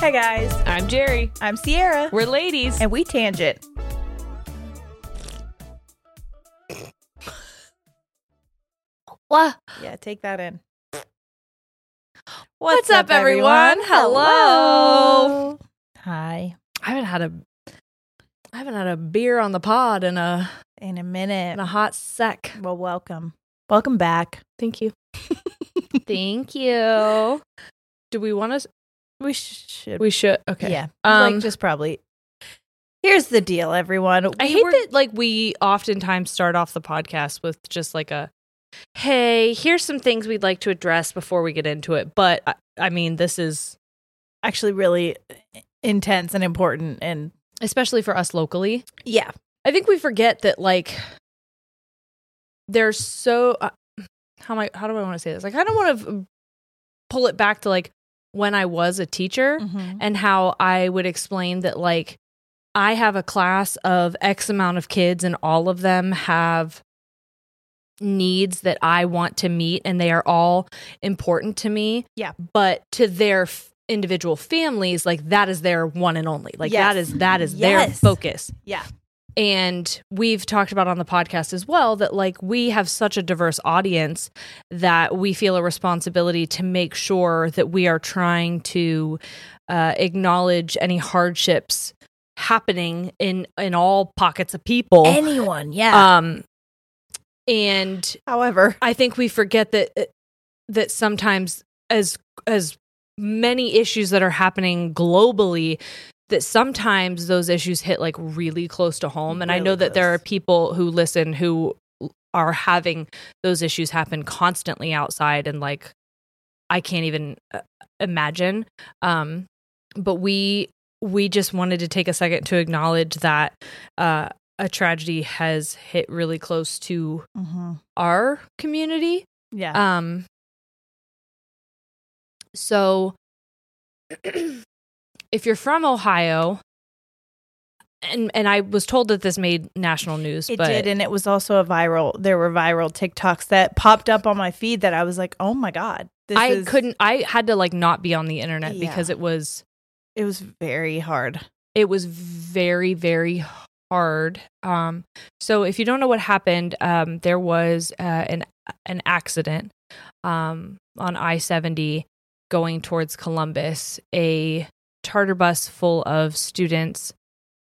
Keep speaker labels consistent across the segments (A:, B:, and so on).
A: Hey guys,
B: I'm Jerry.
A: I'm Sierra,
B: We're ladies.
A: and we tangent.
B: Wha-
A: Yeah, take that in.
B: What's up, everyone? Hello.
A: Hi.
B: I haven't had a I haven't had a beer on the pod in a
A: In a minute.
B: in a hot sec.
A: Well, welcome. Welcome back.
B: Thank you. Thank you. Do we want to?
A: We should.
B: We should. Okay.
A: Yeah.
B: Um,
A: like just probably. Here's the deal, everyone.
B: I
A: We
B: hate
A: were-
B: that. Like we oftentimes start off the podcast with just like a, hey, here's some things we'd like to address before we get into it. But I, I mean, this is
A: actually really eh, intense and important and
B: especially for us locally.
A: yeah.
B: I think we forget that like there's so uh, how am I how do I want to say this? Like I don't want to pull it back to like when I was a teacher
A: Mm-hmm.
B: and how I would explain that like I have a class of X amount of kids and all of them have needs that I want to meet and they are all important to me.
A: Yeah.
B: But to their f- individual families, like that is their one and only. Like
A: Yes.
B: that is that is their
A: Yes.
B: focus.
A: Yeah.
B: And we've talked about on the podcast as well that like we have such a diverse audience that we feel a responsibility to make sure that we are trying to uh, acknowledge any hardships happening in in all pockets of people.
A: Anyone, yeah.
B: um, and
A: However,
B: I think we forget that uh, that sometimes as as many issues that are happening globally that sometimes those issues hit like really close to home and I know
A: Really
B: that there are
A: close.
B: people who listen who are having those issues happen constantly outside and like I can't even uh, imagine um but we we just wanted to take a second to acknowledge that uh a tragedy has hit really close to our community.
A: yeah.
B: Um so if you're from Ohio and and I was told that this made national news,
A: it
B: but
A: did, and it was also a viral. There were viral TikToks that popped up on my feed that I was like, "Oh my god!" This
B: I
A: is-
B: couldn't I had to like not be on the internet
A: Yeah.
B: because it was
A: It was very hard.
B: it was very very hard um so if you don't know what happened um there was uh, an an accident um on I-70 going towards Columbus a charter bus full of students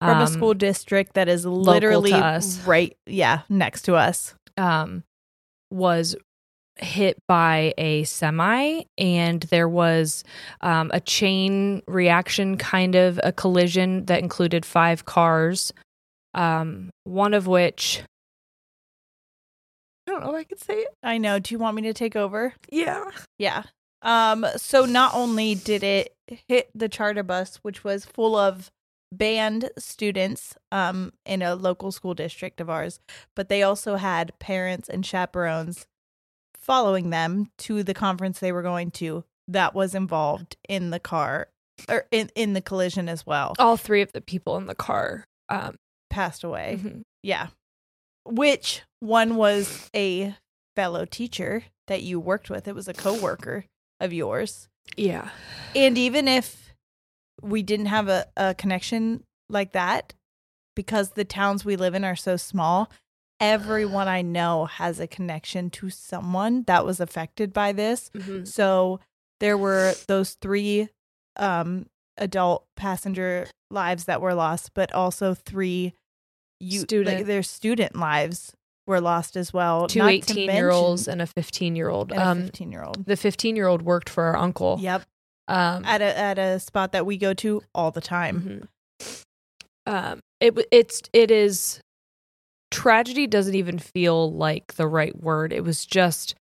A: from
B: um,
A: a school district that is
B: to
A: literally
B: us.
A: right yeah next to us
B: um was hit by a semi and there was um, a chain reaction kind of a collision that included five cars um, one of which i don't know if i could say it
A: I know. Do you want me to take over?
B: yeah
A: Yeah. Um, so not only did it hit the charter bus, which was full of band students um, in a local school district of ours, but they also had parents and chaperones following them to the conference they were going to that was involved in the car or in, in the collision as well.
B: all three of the people in the car um,
A: Passed away.
B: mhm.
A: Yeah. Which one was a fellow teacher that you worked with? It was a coworker of yours.
B: yeah
A: And even if we didn't have a, a connection like that, because the towns we live in are so small, everyone I know has a connection to someone that was affected by this.
B: Mhm.
A: So there were those three um, adult passenger lives that were lost, but also three you,
B: Student.
A: like their student lives were lost as well.
B: two
A: not to
B: 18 year olds and a 15 year old
A: mention- and a
B: um,
A: fifteen year old.
B: the 15 year old worked for our uncle
A: Yep,
B: um,
A: at a at a spot that we go to all the time.
B: Mhm. Um, it w- it's it is tragedy doesn't even feel like the right word. It was just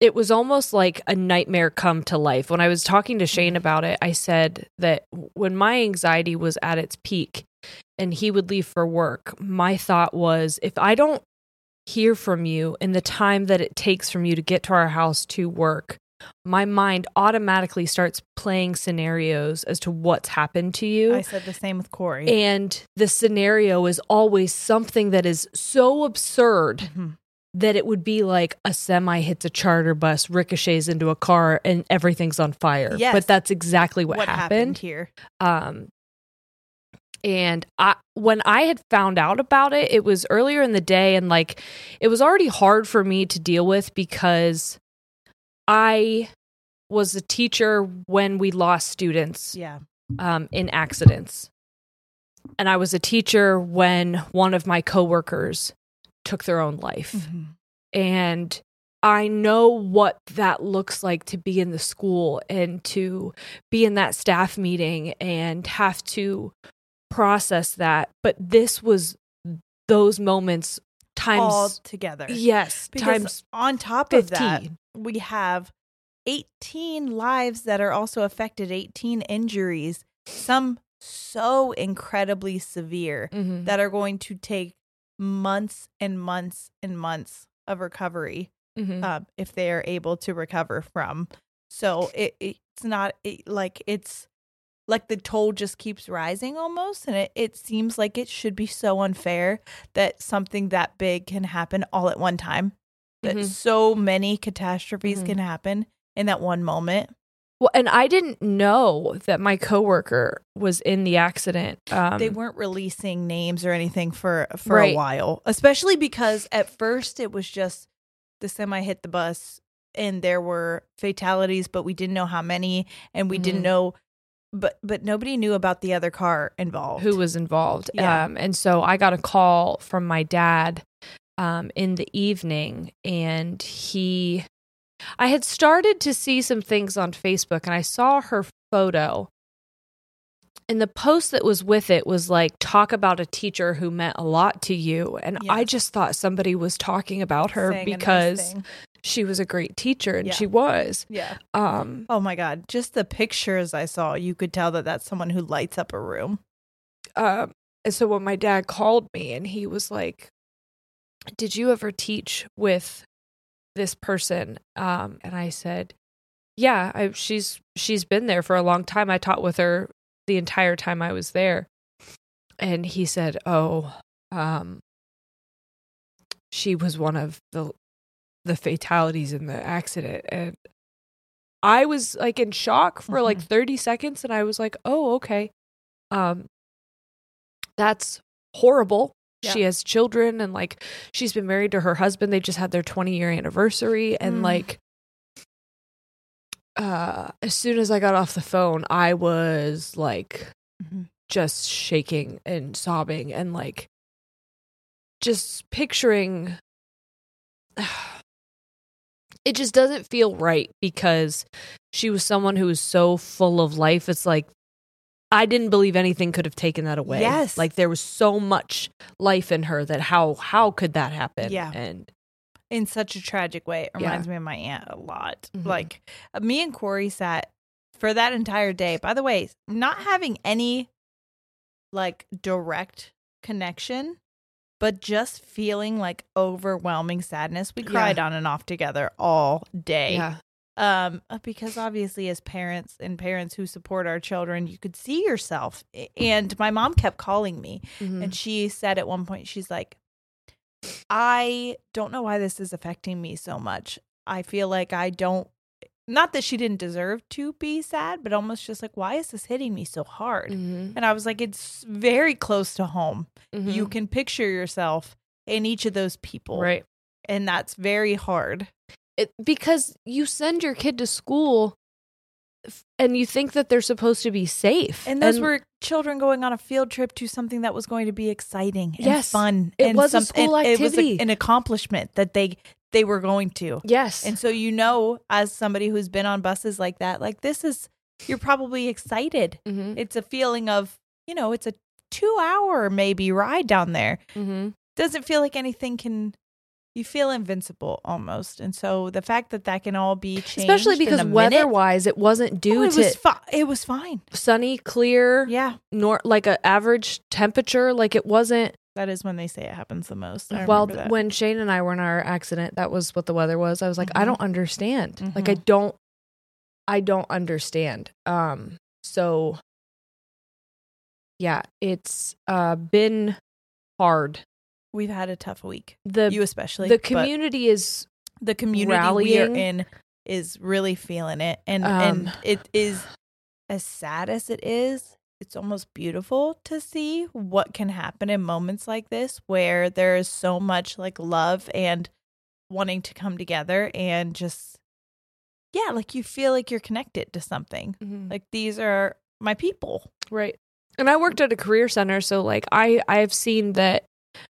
B: it was almost like a nightmare come to life. When I was talking to Shane about it, I said that when my anxiety was at its peak and he would leave for work, my thought was if I don't hear from you in the time that it takes from you to get to our house to work, my mind automatically starts playing scenarios as to what's happened to you.
A: I said the same with Corey.
B: Mm-hmm. And the scenario is always something that is so absurd
A: Mhm.
B: that it would be like a semi hits a charter bus, ricochets into a car, and everything's on fire.
A: Yes.
B: But that's exactly what,
A: here?
B: um and i when i had found out about it it was earlier in the day and like it was already hard for me to deal with because i was a teacher when we lost students
A: Yeah,
B: um, in accidents. And I was a teacher when one of my coworkers took their own life.
A: Mm-hmm.
B: And I know what that looks like to be in the school and to be in that staff meeting and have to process that. But this was those moments
A: all
B: times,
A: together.
B: yes,
A: because
B: times
A: on top of that,
B: 15.
A: we have 18 lives that are also affected, 18 injuries, some so incredibly severe
B: Mhm.
A: that are going to take months and months and months of recovery
B: Mhm.
A: um, if they are able to recover from. So it, it's not it, like it's like the toll just keeps rising almost. And it, it seems like it should be so unfair that something that big can happen all at one time, that
B: Mhm.
A: so many catastrophes
B: Mhm.
A: can happen in that one moment.
B: Well, and I didn't know that my coworker was in the accident. Um,
A: they weren't releasing names or anything for for a
B: Right.
A: while, especially because at first it was just the semi hit the bus and there were fatalities, but we didn't know how many, and we didn't
B: Mhm.
A: know, but but nobody knew about the other car involved.
B: who was involved.
A: Yeah.
B: Um, and so I got a call from my dad um, in the evening, and he, I had started to see some things on Facebook, and I saw her photo. And the post that was with it was like, talk about a teacher who meant a lot to you. And I
A: Yes.
B: just thought somebody was talking about her
A: saying a nice
B: because
A: thing.
B: she was a great teacher, and
A: Yeah.
B: she was.
A: yeah.
B: Um,
A: Oh my god, just the pictures I saw, you could tell that that's someone who lights up a room.
B: um and so when my dad called me and he was like did you ever teach with this person um and i said yeah I, she's she's been there for a long time i taught with her the entire time i was there and he said oh um she was one of the the fatalities in the accident and i was like in shock for like 30 seconds and i was like oh okay um that's horrible
A: Yeah.
B: she has children and like she's been married to her husband they just had their 20 year anniversary and
A: Mm.
B: like uh as soon as i got off the phone i was like Mm-hmm.
A: Mhm.
B: just shaking and sobbing and like just picturing it just doesn't feel right because she was someone who was so full of life. It's like I didn't believe anything could have taken that away.
A: Yes.
B: like there was so much life in her that how how could that happen?
A: Yeah.
B: and
A: in such a tragic way. It
B: Yeah.
A: reminds me of my aunt a lot.
B: Mhm.
A: Like uh, me and Corey sat for that entire day. By the way, not having any like direct connection, but just feeling like overwhelming sadness. We
B: Yeah.
A: cried on and off together all day.
B: yeah,
A: Um, uh, because obviously, as parents and parents who support our children, you could see yourself. A- And my mom kept calling me
B: Mm.
A: and she said at one point, she's like, I don't know why this is affecting me so much. I feel like I don't, not that she didn't deserve to be sad, but almost just like, why is this hitting me so hard? And
B: Mm-hmm.
A: I was like, it's very close to home. Mm-hmm. You can picture yourself in each of those people.
B: right
A: And that's very hard.
B: it, because you send your kid to school f- and you think that they're supposed to be safe
A: And those were children going on a field trip to something that was going to be exciting and
B: Yes.
A: fun.
B: It
A: and
B: was a
A: something-
B: school
A: and It was a-
B: activity.
A: an accomplishment that they they were going to.
B: yes
A: And so you know, as somebody who's been on buses like that, like this is you're probably excited.
B: mm-hmm.
A: It's a feeling of, you know, it's a two hour maybe ride down there.
B: Mm-hmm.
A: Doesn't feel like anything can you feel invincible almost. And so the fact that that can all be changed,
B: especially
A: in
B: because
A: a
B: weather
A: minute-
B: wise it wasn't due
A: Oh, it
B: to
A: was fi- it was fine.
B: sunny clear
A: Yeah,
B: nor like a average temperature like it wasn't
A: that is when they say it happens the most. I
B: well
A: remember that.
B: when shane and i were in our accident that was what the weather was i was like i
A: Mhm.
B: don't understand like i don't i don't understand um so yeah it's uh been hard
A: we've had a tough week,
B: the
A: you especially
B: the
A: but-
B: community is
A: the community
B: rallying.
A: we are in is really feeling it and
B: Um,
A: and it is as sad as it is it's almost beautiful to see what can happen in moments like this where there is so much like love and wanting to come together and just yeah like you feel like you're connected to something like these are my people
B: right and i worked at a career center so like i i've seen that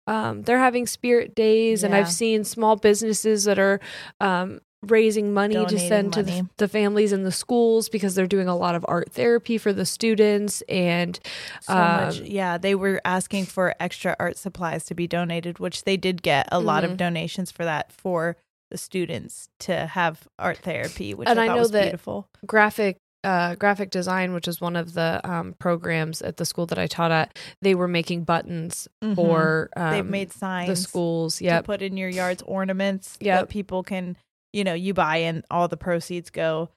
B: um they're having spirit days and
A: Yeah.
B: i've seen small businesses that are um raising money to
A: Donating
B: send to the,
A: money.
B: the families in the schools because they're doing a lot of art therapy for the students and
A: so much
B: Um,
A: yeah they were asking for extra art supplies to be donated which they did get a lot
B: Mhm.
A: of donations for that for the students to have art therapy which
B: And
A: i
B: I
A: thought
B: know
A: was
B: that-
A: beautiful
B: graphic uh, graphic design, which is one of the um, programs at the school that I taught at, they were making buttons for um,
A: Mm-hmm. they've made signs
B: the schools.
A: to
B: Yep,
A: put in your yards ornaments
B: Yep.
A: that people can you know you buy and all the proceeds go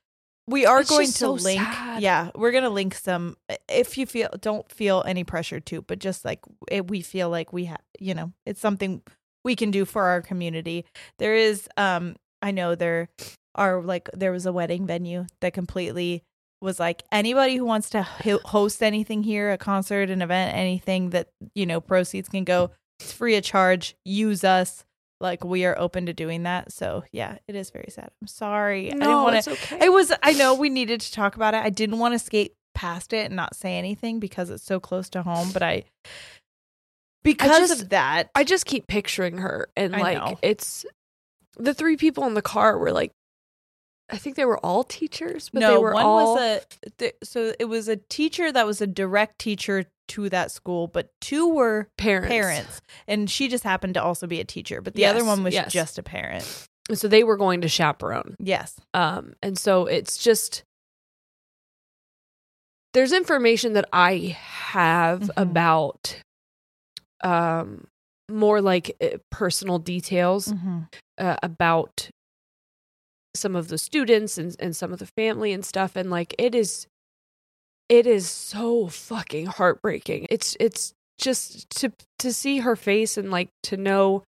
A: we are
B: It's
A: going to
B: just so
A: link
B: sad.
A: yeah we're going to link some if you feel don't feel any pressure to but just like it, we feel like we have you know it's something we can do for our community there is um i know there are like there was a wedding venue that completely was like anybody who wants to h- host anything here a concert an event anything that you know proceeds can go it's free of charge use us like we are open to doing that so yeah it is very sad i'm sorry i didn't
B: No,
A: want
B: it's
A: to
B: okay.
A: it was i know we needed to talk about it i didn't want to skate past it and not say anything because it's so close to home but i because
B: just-
A: of that
B: I just keep picturing her, and
A: I
B: like
A: know.
B: it's the three people in the car were like, I think they were all teachers, but
A: no,
B: they were
A: one
B: all
A: was a th- so it was a teacher that was a direct teacher to that school, but two were
B: parents.
A: parents, and she just happened to also be a teacher. But the
B: Yes,
A: other one was
B: yes.
A: just a parent.
B: And so they were going to chaperone.
A: Yes,
B: Um, and so it's just there's information that I have
A: Mhm.
B: about um more like uh, personal details uh, about some of the students and, and some of the family and stuff and like it is it is so fucking heartbreaking it's it's just to to see her face and like to know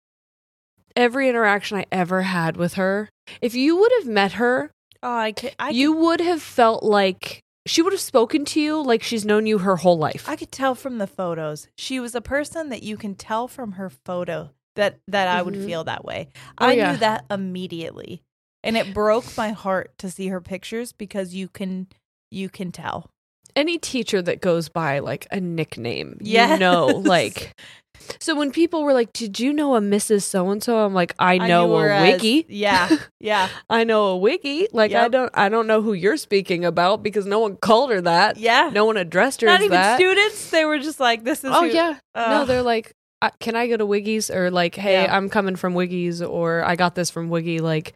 B: every interaction i ever had with her if you would have met her
A: oh, I could, I,
B: you would have felt like she would have spoken to you like she's known you her whole life
A: I could tell from the photos. She was a person that you can tell from her photo that that I would
B: Mhm.
A: feel that way.
B: Oh,
A: I
B: yeah.
A: knew that immediately, and it broke my heart to see her pictures because you can you can tell.
B: any teacher that goes by like a nickname, you
A: Yes.
B: know, like. So when people were like, "Did you know a Mrs. So and So?" I'm like, "I know
A: her
B: a
A: as-
B: wiki.
A: Yeah. Yeah.
B: I know a wiki. Like I
A: Yep.
B: don't, I don't know who you're speaking about because no one called her that.
A: Yeah.
B: No one addressed her
A: Not
B: as
A: even
B: that.
A: students. They were just like, this is
B: Oh
A: who- uh,
B: yeah, no,
A: Ugh.
B: they're like, I, "Can I go to Wiggy's?" Or like, "Hey,
A: Yeah.
B: I'm coming from Wiggy's," or "I got this from Wiggy." Like,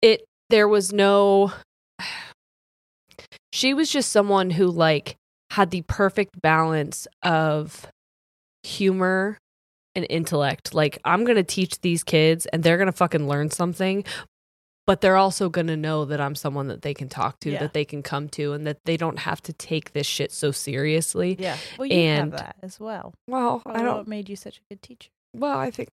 B: it. There was no. She was just someone who like had the perfect balance of humor and intellect. Like, I'm gonna teach these kids, and they're gonna fucking learn something. But they're also going to know that I'm someone that they can talk to,
A: Yeah.
B: that they can come to, and that they don't have to take this shit so seriously.
A: Yeah. Well, you have
B: And-
A: that as well.
B: Well, I
A: What
B: don't.
A: made you such a good teacher?
B: Well, I think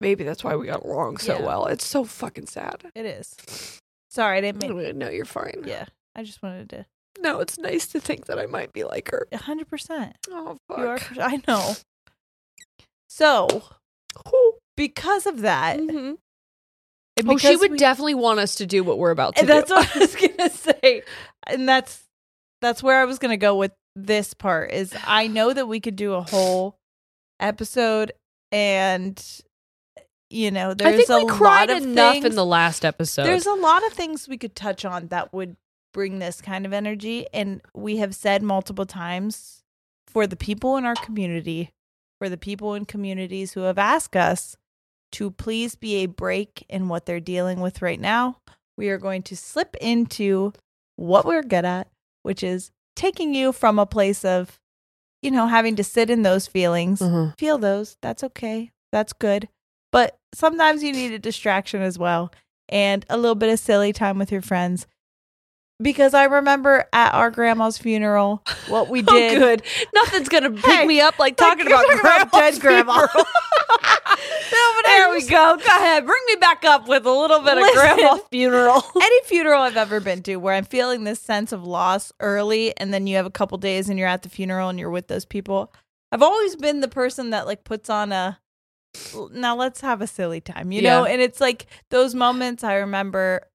B: maybe that's why we got along so
A: Yeah.
B: well. It's so fucking sad.
A: It is. Sorry, I didn't mean.
B: No, you're fine.
A: Yeah. I just wanted to.
B: No, it's nice to think that I might be like her.
A: 100%.
B: Oh
A: You are,
B: fuck.
A: I know. So,
B: Whew.
A: because of that,
B: Mhm.
A: and
B: Oh, she
A: because
B: would
A: we-
B: definitely want us to do what we're about to
A: And that's
B: do.
A: what I was gonna say, and that's that's where I was gonna go with this part. Is I know that we could do a whole episode, and you know, there's
B: I think
A: a
B: we cried
A: lot of
B: enough
A: things,
B: in the last episode.
A: There's a lot of things we could touch on that would bring this kind of energy, and we have said multiple times for the people in our community, for the people in communities who have asked us to please be a break in what they're dealing with right now. We are going to slip into what we're good at, which is taking you from a place of, you know, having to sit in those feelings,
B: Mhm.
A: feel those. That's okay. That's good. But sometimes you need a distraction as well and a little bit of silly time with your friends. Because I remember at our grandma's funeral, what we
B: Oh,
A: did.
B: good. Nothing's gonna pick
A: Hey,
B: me up like
A: Like,
B: talking
A: you're
B: about grandma's
A: dead grandma.
B: funeral. there we go. Go ahead, bring me back up with a little bit of
A: Listen.
B: grandma's funeral.
A: Any funeral I've ever been to where I'm feeling this sense of loss early and then you have a couple days and you're at the funeral and you're with those people. I've always been the person that like puts on a now let's have a silly time, you know?
B: Yeah.
A: And it's like those moments I remember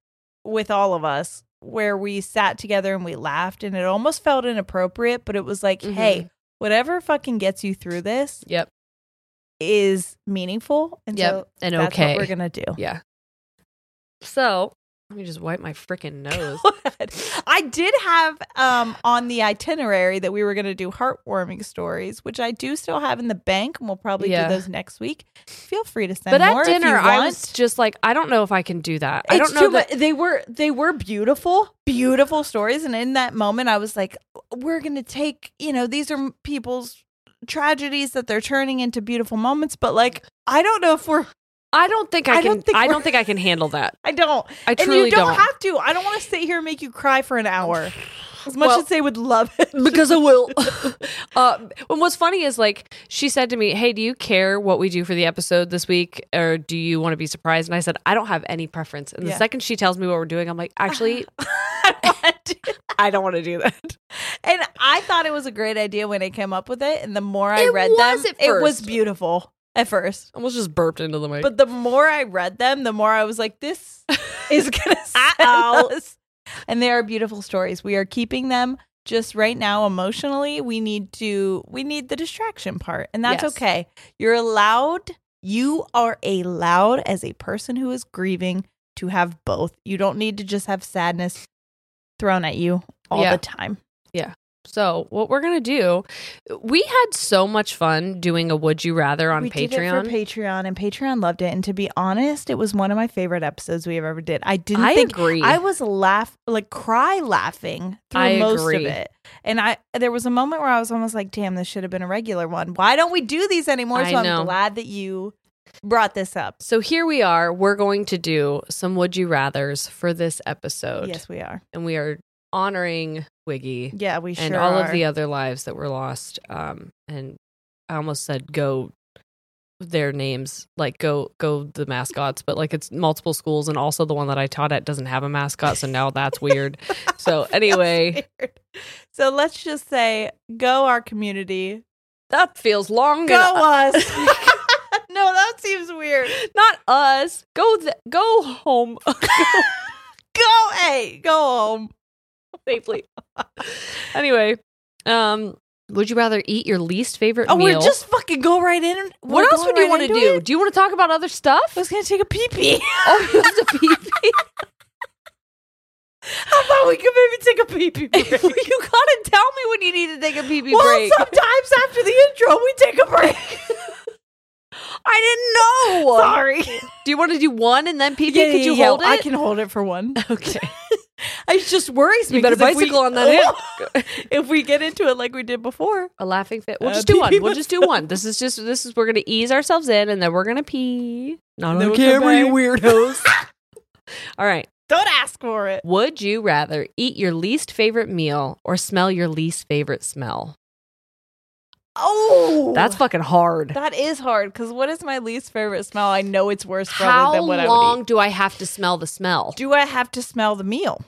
A: with all of us where we sat together and we laughed and it almost felt inappropriate, but it was like,
B: Mhm.
A: hey, whatever fucking gets you through this
B: Yep.
A: is meaningful. And so
B: and
A: that's
B: okay.
A: what we're gonna do.
B: Yeah. So let me just wipe my freaking nose.
A: God. I did have um, on the itinerary that we were going to do heartwarming stories, which I do still have in the bank, and we'll probably
B: Yeah.
A: do those next week. Feel free to send
B: but
A: more
B: at
A: if you
B: dinner, I was
A: want.
B: just like, I don't know if I can do that. I
A: It's
B: don't know
A: too
B: that.
A: mu- They were they were beautiful, beautiful stories, and in that moment, I was like, "We're gonna take you know these are people's tragedies that they're turning into beautiful moments." But like, I don't know if we're
B: I don't think I,
A: I
B: can.
A: don't think
B: I don't
A: we're-
B: think I can handle that.
A: I don't.
B: I
A: and
B: truly
A: you don't, have to. I don't want to sit here and make you cry for an hour. As much
B: Well-
A: as they would love it,
B: because I will. uh, and what's funny is like she said to me, "Hey, do you care what we do for the episode this week, or do you want to be surprised?" And I said, "I don't have any preference." And the
A: Yeah.
B: second she tells me what we're doing, I'm like, actually, I don't want to do that.
A: And I thought it was a great idea when I came up with it. And the more I
B: It
A: read
B: was
A: them,
B: at
A: it was
B: first.
A: beautiful at first.
B: Almost just burped into the mic.
A: But the more I read them, the more I was like, this is going to
B: Uh-oh.
A: sell us. And they are beautiful stories. We are keeping them just right now emotionally. We need to, we need the distraction part. And that's
B: Yes.
A: okay. You're allowed, you are allowed as a person who is grieving to have both. You don't need to just have sadness thrown at you all
B: Yeah.
A: the time.
B: So what we're gonna do? We had so much fun doing a Would You Rather on
A: we
B: Patreon.
A: Did it for Patreon, and Patreon loved it. And to be honest, it was one of my favorite episodes we have ever did. I didn't
B: I
A: think
B: agree.
A: I was laugh like cry laughing through
B: I
A: most
B: agree.
A: of it, and I there was a moment where I was almost like, "Damn, this should have been a regular one. Why don't we do these anymore?"
B: I
A: so
B: know.
A: I'm glad that you brought this up.
B: so here we are. We're going to do some Would You Rather's for this episode.
A: Yes, we are.
B: and we are honoring Wiggy
A: Yeah, we
B: and
A: sure
B: all
A: are.
B: of the other lives that were lost. Um, and I almost said go their names like go go the mascots but like it's multiple schools and also the one that i taught at doesn't have a mascot so now that's weird so anyway
A: so let's just say, go our community,
B: that feels long
A: go
B: and
A: us. no, that seems weird.
B: not us. Go th- go home.
A: Go, hey, go home.
B: safely. anyway, um, would you rather eat your least favorite
A: Oh,
B: meal?
A: we're just fucking go right in. and-
B: What
A: we're
B: else
A: going
B: would you
A: right
B: want to
A: into
B: do?
A: it?
B: Do you want to talk about other
A: I
B: stuff?
A: was gonna take a pee pee.
B: oh, you have to pee pee.
A: How about we could maybe take a pee pee break?
B: you gotta tell me when you need to take a pee pee
A: well,
B: break.
A: sometimes after the intro, we take a break.
B: I didn't know.
A: Sorry.
B: Do you want to do one and then pee pee? Could you hold it?
A: I can hold it for one.
B: Okay.
A: It just worries me.
B: You better
A: 'cause if we-
B: bicycle on that
A: if we get into it like we did before.
B: A laughing fit. We'll
A: Uh,
B: just do
A: pee
B: one.
A: pee
B: We'll just do one. This is just this is we're gonna ease ourselves in and then we're gonna pee. Not on
A: weirdos.
B: All right.
A: Don't ask for it.
B: Would you rather eat your least favorite meal or smell your least favorite smell?
A: Oh,
B: That's fucking hard.
A: that is hard. Because what is my least favorite smell? I know it's worse
B: How
A: probably than what I would
B: long
A: eat.
B: do I have to smell the smell?
A: Do I have to smell the meal?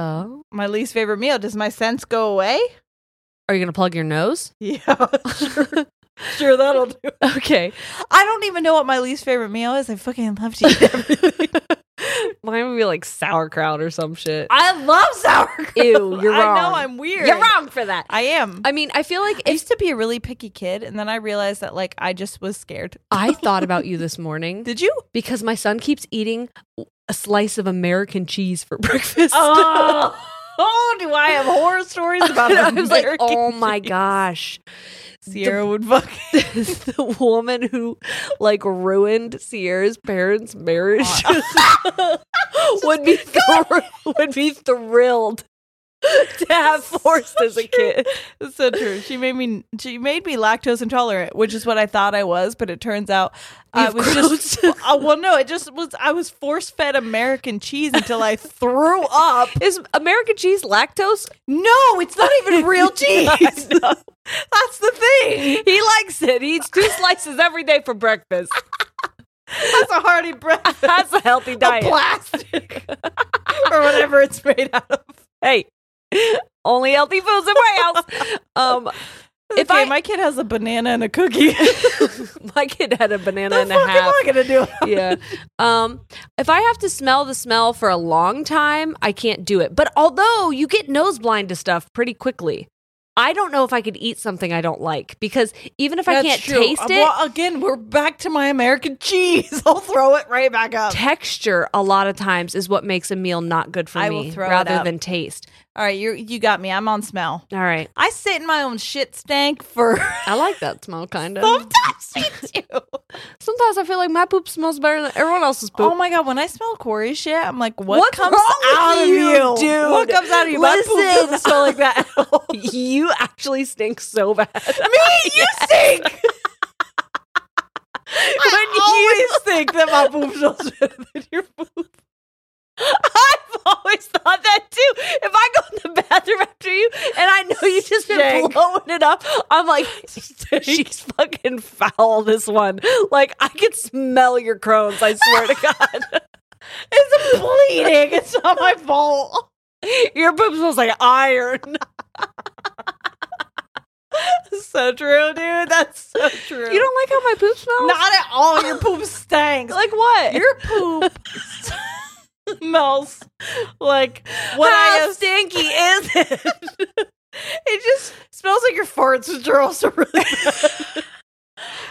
B: Oh,
A: My least favorite meal. Does my sense go away?
B: are you gonna plug your nose?
A: Yeah, sure. That'll do.
B: okay.
A: I don't even know what my least favorite meal is. I fucking love to eat everything.
B: Mine would be like sauerkraut or some shit.
A: I love sauerkraut.
B: Ew, you're
A: I know
B: wrong.
A: I'm weird.
B: You're wrong for that.
A: I am.
B: I mean, I feel like
A: I
B: if
A: used to be a really picky kid, and then I realized that like I just was scared.
B: I thought about you this morning
A: Did you?
B: because my son keeps eating a slice of American cheese for breakfast.
A: oh, do I have horror stories about
B: I was like,
A: American
B: oh my
A: cheese?"
B: gosh.
A: Sierra would fuck.
B: the woman who like ruined Sierra's parents' marriage would be thr- would be thrilled to have forced as a kid.
A: That's so true. She made me. She made me lactose intolerant, which is what I thought I was, but it turns out I
B: You've
A: was just.
B: grown
A: uh, well, no, it just was. I was force fed American cheese until I threw up.
B: Is American cheese lactose?
A: No, it's not even real cheese. That's the thing.
B: He likes it. He eats two slices every day for breakfast.
A: That's a hearty breath.
B: That's a healthy
A: A
B: diet.
A: plastic or whatever it's made out of.
B: hey, only healthy foods in my house. Um, If
A: If okay,
B: I-
A: my kid has a banana and a cookie,
B: my kid had a banana
A: the
B: and
A: fuck
B: a half.
A: am I gonna do?
B: yeah. Um, if I have to smell the smell for a long time, I can't do it. But although you get nose blind to stuff pretty quickly, I don't know if I could eat something I don't like because even if I can't taste it,
A: Uh, Well, again, we're back to my American cheese. I'll throw it right back up.
B: texture a lot of times is what makes a meal not good for
A: I will
B: me
A: throw it
B: rather
A: up.
B: than taste.
A: All right, you you got me. I'm on smell.
B: All right.
A: I sit in my own shit stank for
B: I like that smell kind of.
A: sometimes me too.
B: Sometimes I feel like my poop smells better than everyone else's poop.
A: Oh my god, when I smell Corey's shit, I'm like, what
B: What's
A: comes
B: wrong with
A: out of
B: you,
A: you,
B: dude?
A: What comes out of you? My poop
B: Listen.
A: doesn't smell like that. at all.
B: you actually stink so bad.
A: me, you stink. I always think that my poop smells better than your poop.
B: I've always thought that too. If I go in the bathroom after you and I know you just been
A: Stink.
B: blowing it up, I'm like, she's fucking foul. This one, like, I could smell your crones. I swear to God,
A: It's bleeding. It's not my fault.
B: your poop smells like iron.
A: so true, dude. That's so true.
B: You don't like how my poop smells?
A: Not at all. Your poop stinks.
B: like what?
A: your poop smells like what I
B: how
A: have.
B: stinky is it?
A: It just smells like your farts, which are also really. bad.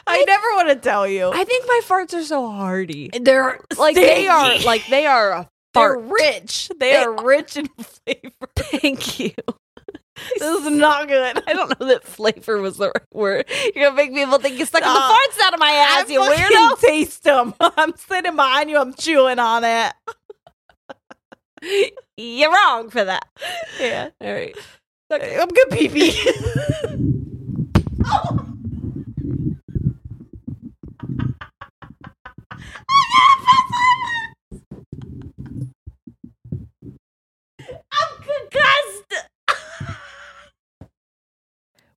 A: I never want to tell you.
B: I think my farts are so hardy.
A: They're
B: Like they are, like they are a fart.
A: They're rich. They,
B: They
A: are rich in flavor.
B: Thank you.
A: This is not good.
B: I don't know that flavor was the right word. You're gonna make people think you're sucking
A: Nah.
B: the farts out of my ass, you
A: fucking
B: weirdo.
A: taste them. I'm sitting behind you. I'm chewing on it.
B: You're wrong for that.
A: Yeah.
B: All right.
A: I'm good, pee pee.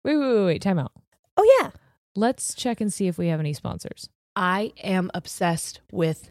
C: Wait, wait, wait, wait. Time out.
A: Oh yeah.
C: Let's check and see if we have any sponsors.
B: I am obsessed with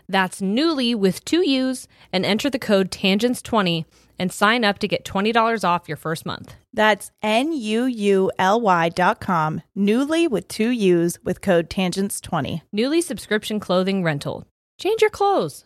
B: That's Newly with two U's and enter the code TANGENTS20 and sign up to get $20 off your first month.
A: That's N U U L Y dot com, Newly with two U's with code TANGENTS20.
B: Newly subscription clothing rental. Change your clothes.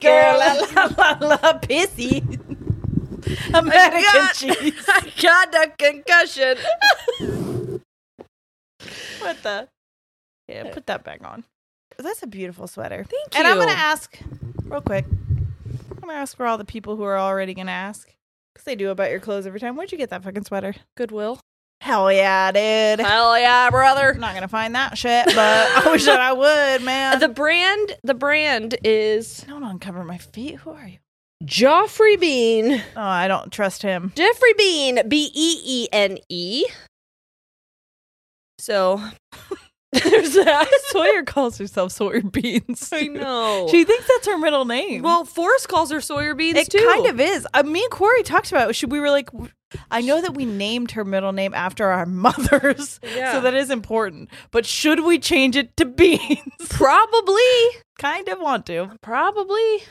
A: Girl, la la la la, pissy. American cheese.
B: I got a concussion.
A: What the? Yeah, put that back on. That's a beautiful sweater. Thank
B: you.
A: And I'm going to ask, real quick, I'm going to ask for all the people who are already going to ask, because they do about your clothes every time. Where'd you get that fucking sweater?
B: Goodwill.
A: Hell yeah, dude.
B: Hell yeah, brother.
A: I'm not going to find that shit, but I wish that I would, man.
B: The brand, the brand is
A: Don't uncover my feet. Who are you?
B: Joffrey Bean.
A: Oh, I don't trust him.
B: Jeffrey Bean, B E E N E. So there's that.
A: Sawyer calls herself Sawyer Beans.
B: I know.
A: She thinks that's her middle name.
B: well, Forrest calls her Sawyer Beans
A: it
B: too.
A: kind of is. Uh, me and Corey talked about it. Should we were like, w- I know that we named her middle name after our mothers,
B: Yeah.
A: so that is important. But should we change it to Beans?
B: Probably.
A: kind of want to.
B: Probably.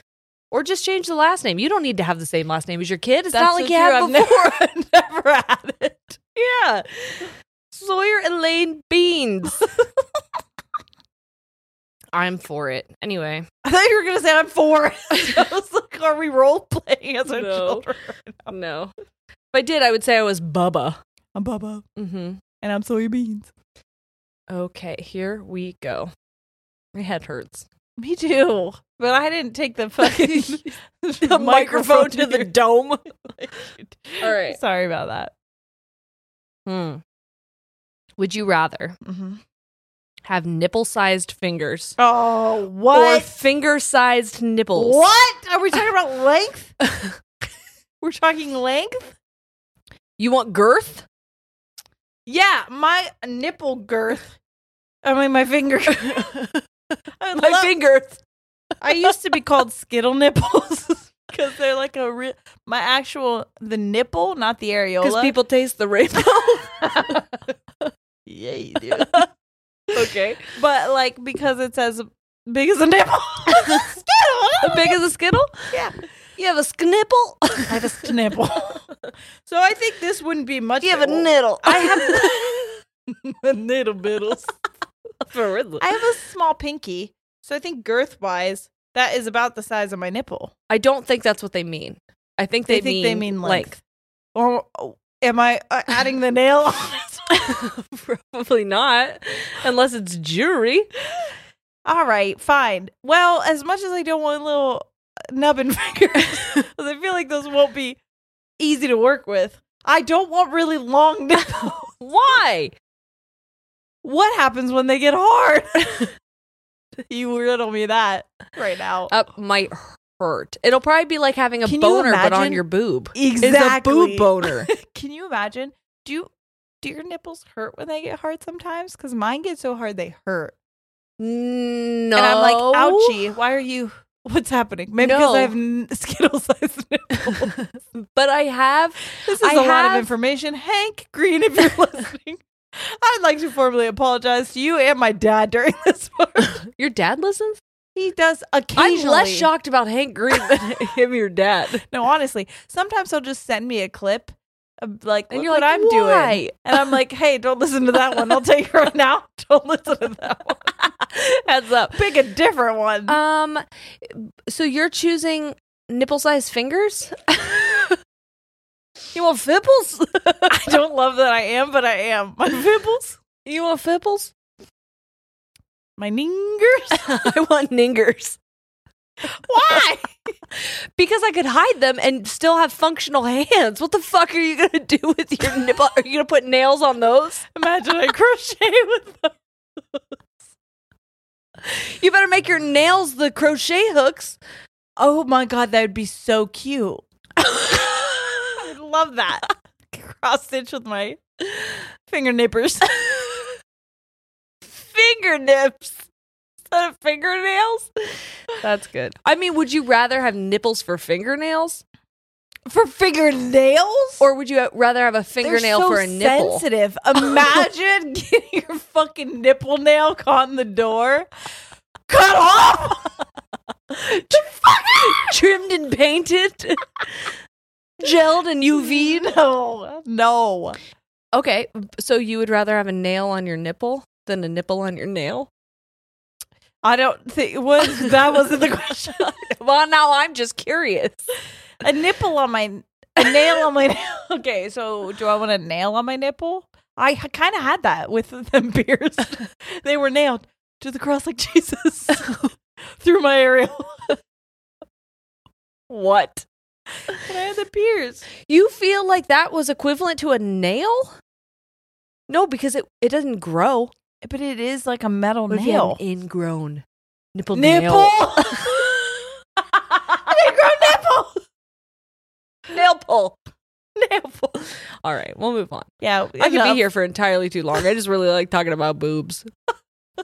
B: Or just change the last name. You don't need to have the same last name as your kid. It's
A: That's
B: not like
A: so
B: you
A: true.
B: had
A: I've
B: before.
A: never, never had it.
B: Yeah. Sawyer Elaine Beans. I'm for it. Anyway.
A: I thought you were gonna say I'm four. I was like, are we role playing as our
B: No.
A: children?
B: No. If I did, I would say I was Bubba.
A: I'm Bubba,
B: Mm-hmm.
A: and I'm soybeans.
B: Okay, here we go. My head hurts.
A: Me too. But I didn't take the fucking
B: The microphone to the
A: dome.
B: All right.
A: Sorry about that.
B: Hmm. Would you rather have nipple sized fingers
A: Oh,
B: or finger sized nipples?
A: What? Are we talking about length? We're talking length?
B: You want girth?
A: Yeah, my nipple girth. I mean, my finger. I,
B: My
A: love-
B: fingers.
A: I used to be called Skittle nipples because they're like a real. My actual the nipple, not the areola.
B: Because people taste the rainbow.
A: yeah, you do.
B: okay.
A: but like because it's as big as a nipple. Skittle.
B: Big as a skittle?
A: Yeah.
B: You have a sknipple?
A: I have a nipple. So I think this wouldn't be much.
D: You have a niddle.
A: I have a little biddles. I have a small pinky, so I think girth wise, that is about the size of my nipple.
B: I don't think that's what they mean. I think
A: They
B: they,
A: think
B: mean
A: they mean length. Or oh, am I uh, adding the nail?
B: length. Probably not, unless it's jewelry.
A: All right, fine. Well, as much as I don't want little nubbin fingers, 'cause I feel like those won't be easy to work with. I don't want really long nipples.
B: Why?
A: what happens when they get hard? you riddle me that right now.
B: Up might hurt. It'll probably be like having a
A: Can you
B: boner, but on
A: imagine?
B: your boob.
A: exactly.
B: It's a boob boner.
A: Can you imagine? Do you, do your nipples hurt when they get hard sometimes? Because mine get so hard they hurt,
B: no.
A: and I'm like, ouchie. Why are you? What's happening? Maybe because
B: No.
A: I have n- skittle-sized nipples.
B: But I have.
A: This is
B: I
A: a lot of
B: have-
A: information. Hank Green, if you're listening, I'd like to formally apologize to you and my dad during this part.
B: Your dad listens.
A: He does occasionally.
B: I'm less shocked about Hank Green than him, your dad.
A: No, honestly, sometimes he'll just send me a clip of like,
B: And
A: look
B: you're
A: what
B: like,
A: I'm doing.
B: "Why?"
A: And I'm like, hey, don't listen to that one. I'll tell you right now, don't listen to that one.
B: Heads up.
A: Pick a different one.
B: Um, so you're choosing nipple-sized fingers? you want fipples?
A: I don't love that I am, but I am. My pimples,
B: you want fipples?
A: my ningers.
B: I want ningers
A: Why?
B: because I could hide them and still have functional hands. What the fuck are you gonna do with your nipple? Are you gonna put nails on those?
A: Imagine I crochet with them.
B: You better make your nails the crochet hooks.
A: Oh my god, that would be so cute. I'd love that. Cross stitch with my finger nippers.
B: Finger nips instead of fingernails.
A: That's good.
B: I mean, would you rather have nipples for fingernails,
A: For fingernails?
B: or would you rather have a fingernail
A: They're so
B: for a nipple?
A: Sensitive. Imagine getting your fucking nipple nail caught in the door. Cut off.
B: trimmed and painted, gelled and UV'd.
A: No, no.
B: Okay, so you would rather have a nail on your nipple than a nipple on your nail?
A: I don't think was that wasn't the question.
B: Well, now I'm just curious.
A: a nipple on my a nail on my nail. Okay, so do I want a nail on my nipple? I kind of had that with them pierced. they were nailed to the cross like Jesus through my aerial.
B: What?
A: and I had the pierced.
B: You feel like that was equivalent to a nail? No, because it, it doesn't grow.
A: But it is like a metal
B: What if you had an ingrown nipple
A: Nipple.
B: nail?
A: I didn't
B: Nail pull. Nail pull. All right, we'll move on.
A: grow nipple. Yeah,
B: I could be here for entirely too long. I just really like talking about boobs.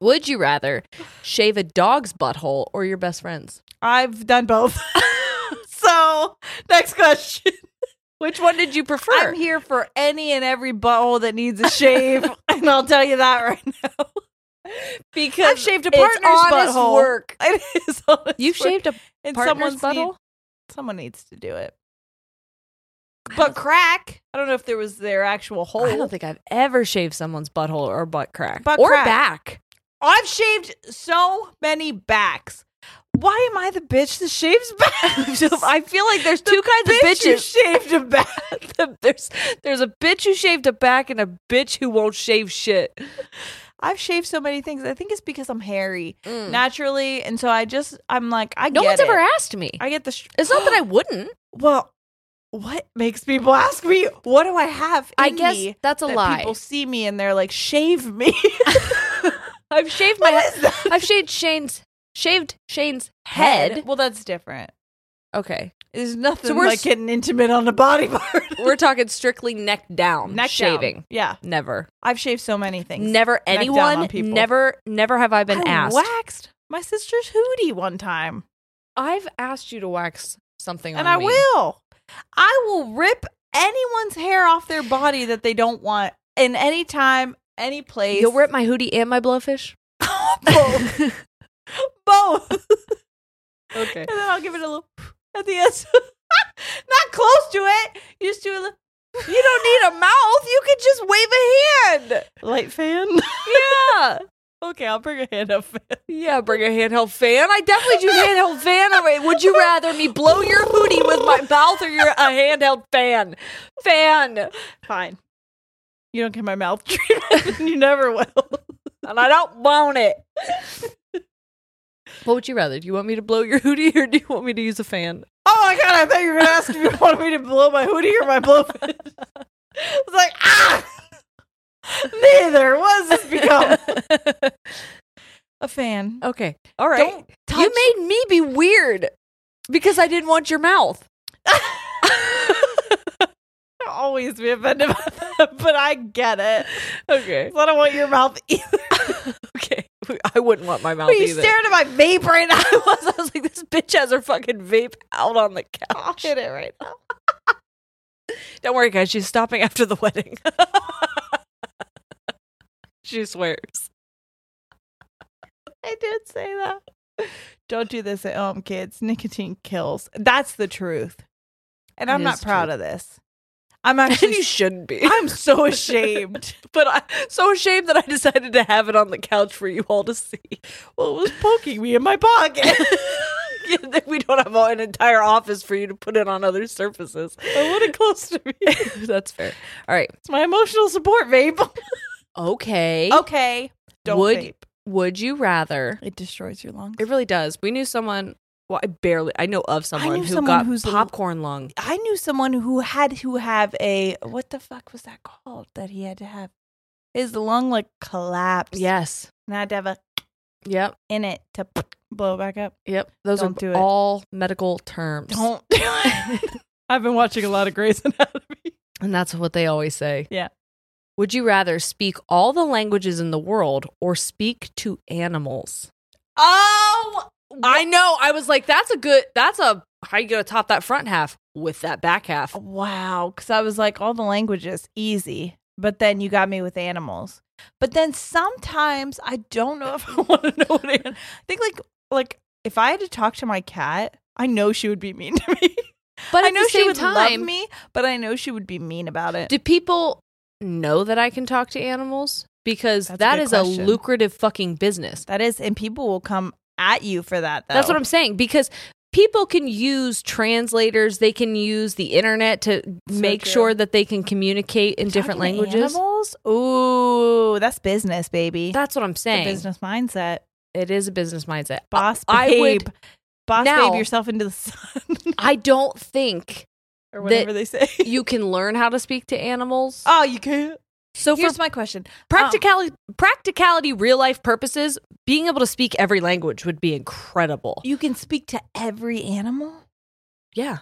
B: Would you rather shave a dog's butthole or your best friend's?
A: I've done both. so next question.
B: Which one did you prefer?
A: I'm here for any and every butthole that needs a shave, and I'll tell you that right now.
B: because
A: I've shaved a
B: it's
A: partner's
B: honest
A: butthole.
B: work.
A: It is honest
B: You've
A: work.
B: shaved a
A: and
B: partner's
A: someone's need-
B: butthole.
A: someone needs to do it. But crack. I don't know if there was their actual hole.
B: I don't think I've ever shaved someone's butthole or butt crack
A: Butt
B: or
A: crack.
B: back.
A: I've shaved so many backs. Why am I the bitch that shaves backs?
B: I feel like there's two kinds
A: bitch
B: of bitches.
A: who shaved a back.
B: there's there's a bitch who shaved a back and a bitch who won't shave shit.
A: I've shaved so many things. I think it's because I'm hairy naturally, and so I just I'm like I
B: Mm. No
A: get
B: one's
A: it.
B: ever asked me.
A: I get the sh-
B: it's not that I wouldn't.
A: well. What makes people ask me? What do I have?
B: I
A: in
B: guess
A: me
B: that's a
A: that
B: lie.
A: People see me and they're like, "Shave me."
B: I've shaved my
A: What is that?
B: I've shaved Shane's shaved Shane's head.
A: Well, that's different.
B: Okay.
A: There's nothing
B: So we're
A: like
B: s-
A: getting intimate on the body part.
B: We're talking strictly neck down
A: Neck down.
B: shaving.
A: Yeah,
B: Never.
A: I've shaved so many things.
B: Never
A: down
B: anyone
A: on people.
B: never never have I been
A: I
B: asked.
A: waxed my sister's hootie one time,
B: I've asked you to wax something
A: and
B: on
A: I
B: me.
A: will. I will rip anyone's hair off their body that they don't want in any time, any place.
B: You'll rip my hoodie and my blowfish.
A: both, both,
B: Okay.
A: and then I'll give it a little at the end. Not close to it. You just do a little.
B: You don't need a mouth. You could just wave a hand.
A: Light fan.
B: Yeah.
A: okay, I'll bring a hand up.
B: Yeah, bring a handheld fan. I definitely do handheld fan. All right, Would you rather me blow your hootie with my mouth or your a handheld fan? Fan.
A: Fine. You don't get my mouth treatment. you never will.
B: And I don't want it. What would you rather? Do you want me to blow your hootie or do you want me to use a fan?
A: Oh my god! I thought you were gonna ask if you wanted me to blow my hoodie or my blowfish. I was like, ah, neither. What does this become? a fan.
B: Okay. All right.
A: Don't touch-
B: You made me be weird because I didn't want your mouth.
A: I'll always be offended by that, but I get it.
B: Okay.
A: I don't want your mouth either.
B: Okay. I wouldn't want my mouth
A: But you
B: either.
A: stared at my vape right now.
B: I was, I was like, this bitch has her fucking vape out on the
A: I'll
B: couch.
A: hit it right now.
B: Don't worry, guys. She's stopping after the wedding. she swears.
A: I did say that. Don't do this at home, kids. Nicotine kills. That's the truth. And I'm
B: It
A: not
B: is
A: proud
B: true.
A: of this. I'm
B: And
A: actually
B: you shouldn't be.
A: I'm so ashamed.
B: but I so ashamed that I decided to have it on the couch for you all to see.
A: well, it was poking me in my pocket.
B: Yeah, that we don't have an entire office for you to put it on other surfaces.
A: I want it close to me. It's
B: That's fair. All right.
A: my emotional support vape.
B: Okay.
A: Okay. Don't
B: Would-
A: vape.
B: Would you rather?
A: It destroys your lungs.
B: It really does. We knew someone. Well, I barely. I know of someone
A: knew
B: who
A: someone
B: got
A: who's a-
B: popcorn lung.
A: I knew someone who had to have a what the fuck was that called that he had to have? His lung like collapsed.
B: Yes.
A: And I had to have a
B: Yep.
A: in it to blow back up.
B: Yep. Those
A: Don't
B: are
A: do it.
B: all medical terms.
A: Don't do it. I've been watching a lot of Grey's Anatomy.
B: And that's what they always say.
A: Yeah.
B: Would you rather speak all the languages in the world or speak to animals? Oh, I know. I was like, that's a good, that's a, how you going to top that front half with that back half?
A: Wow. Cause I was like, all the languages, easy. But then you got me with animals. But then sometimes I don't know if I want to know what an- I think like like if I had to talk to my cat, I know she would be mean to me.
B: But
A: I
B: at
A: know
B: the same
A: she would
B: time,
A: love me, but I know she would be mean about it.
B: do people know that I can talk to animals? Because
A: That's a
B: that
A: good
B: is a
A: question.
B: lucrative fucking business.
A: that is, and people will come at you for that. Though.
B: That's what I'm saying because people can use translators, they can use the internet to make
A: true.
B: sure that they can communicate in
A: Talking
B: different
A: to
B: languages.
A: Animals? Ooh, that's business, baby.
B: That's what I'm
A: the
B: saying.
A: business mindset.
B: It is a business mindset.
A: Boss
B: I
A: babe.
B: would-
A: Boss
B: Now-
A: babe yourself into the sun.
B: I don't think
A: or
B: that-
A: whatever they say.
B: you can learn how to speak to animals. oh.
A: oh, you can't.
B: so for
A: Here's my question. Um,
B: practicality, practicality, real life purposes, being able to speak every language would be incredible.
A: You can speak to every animal.
B: Yeah.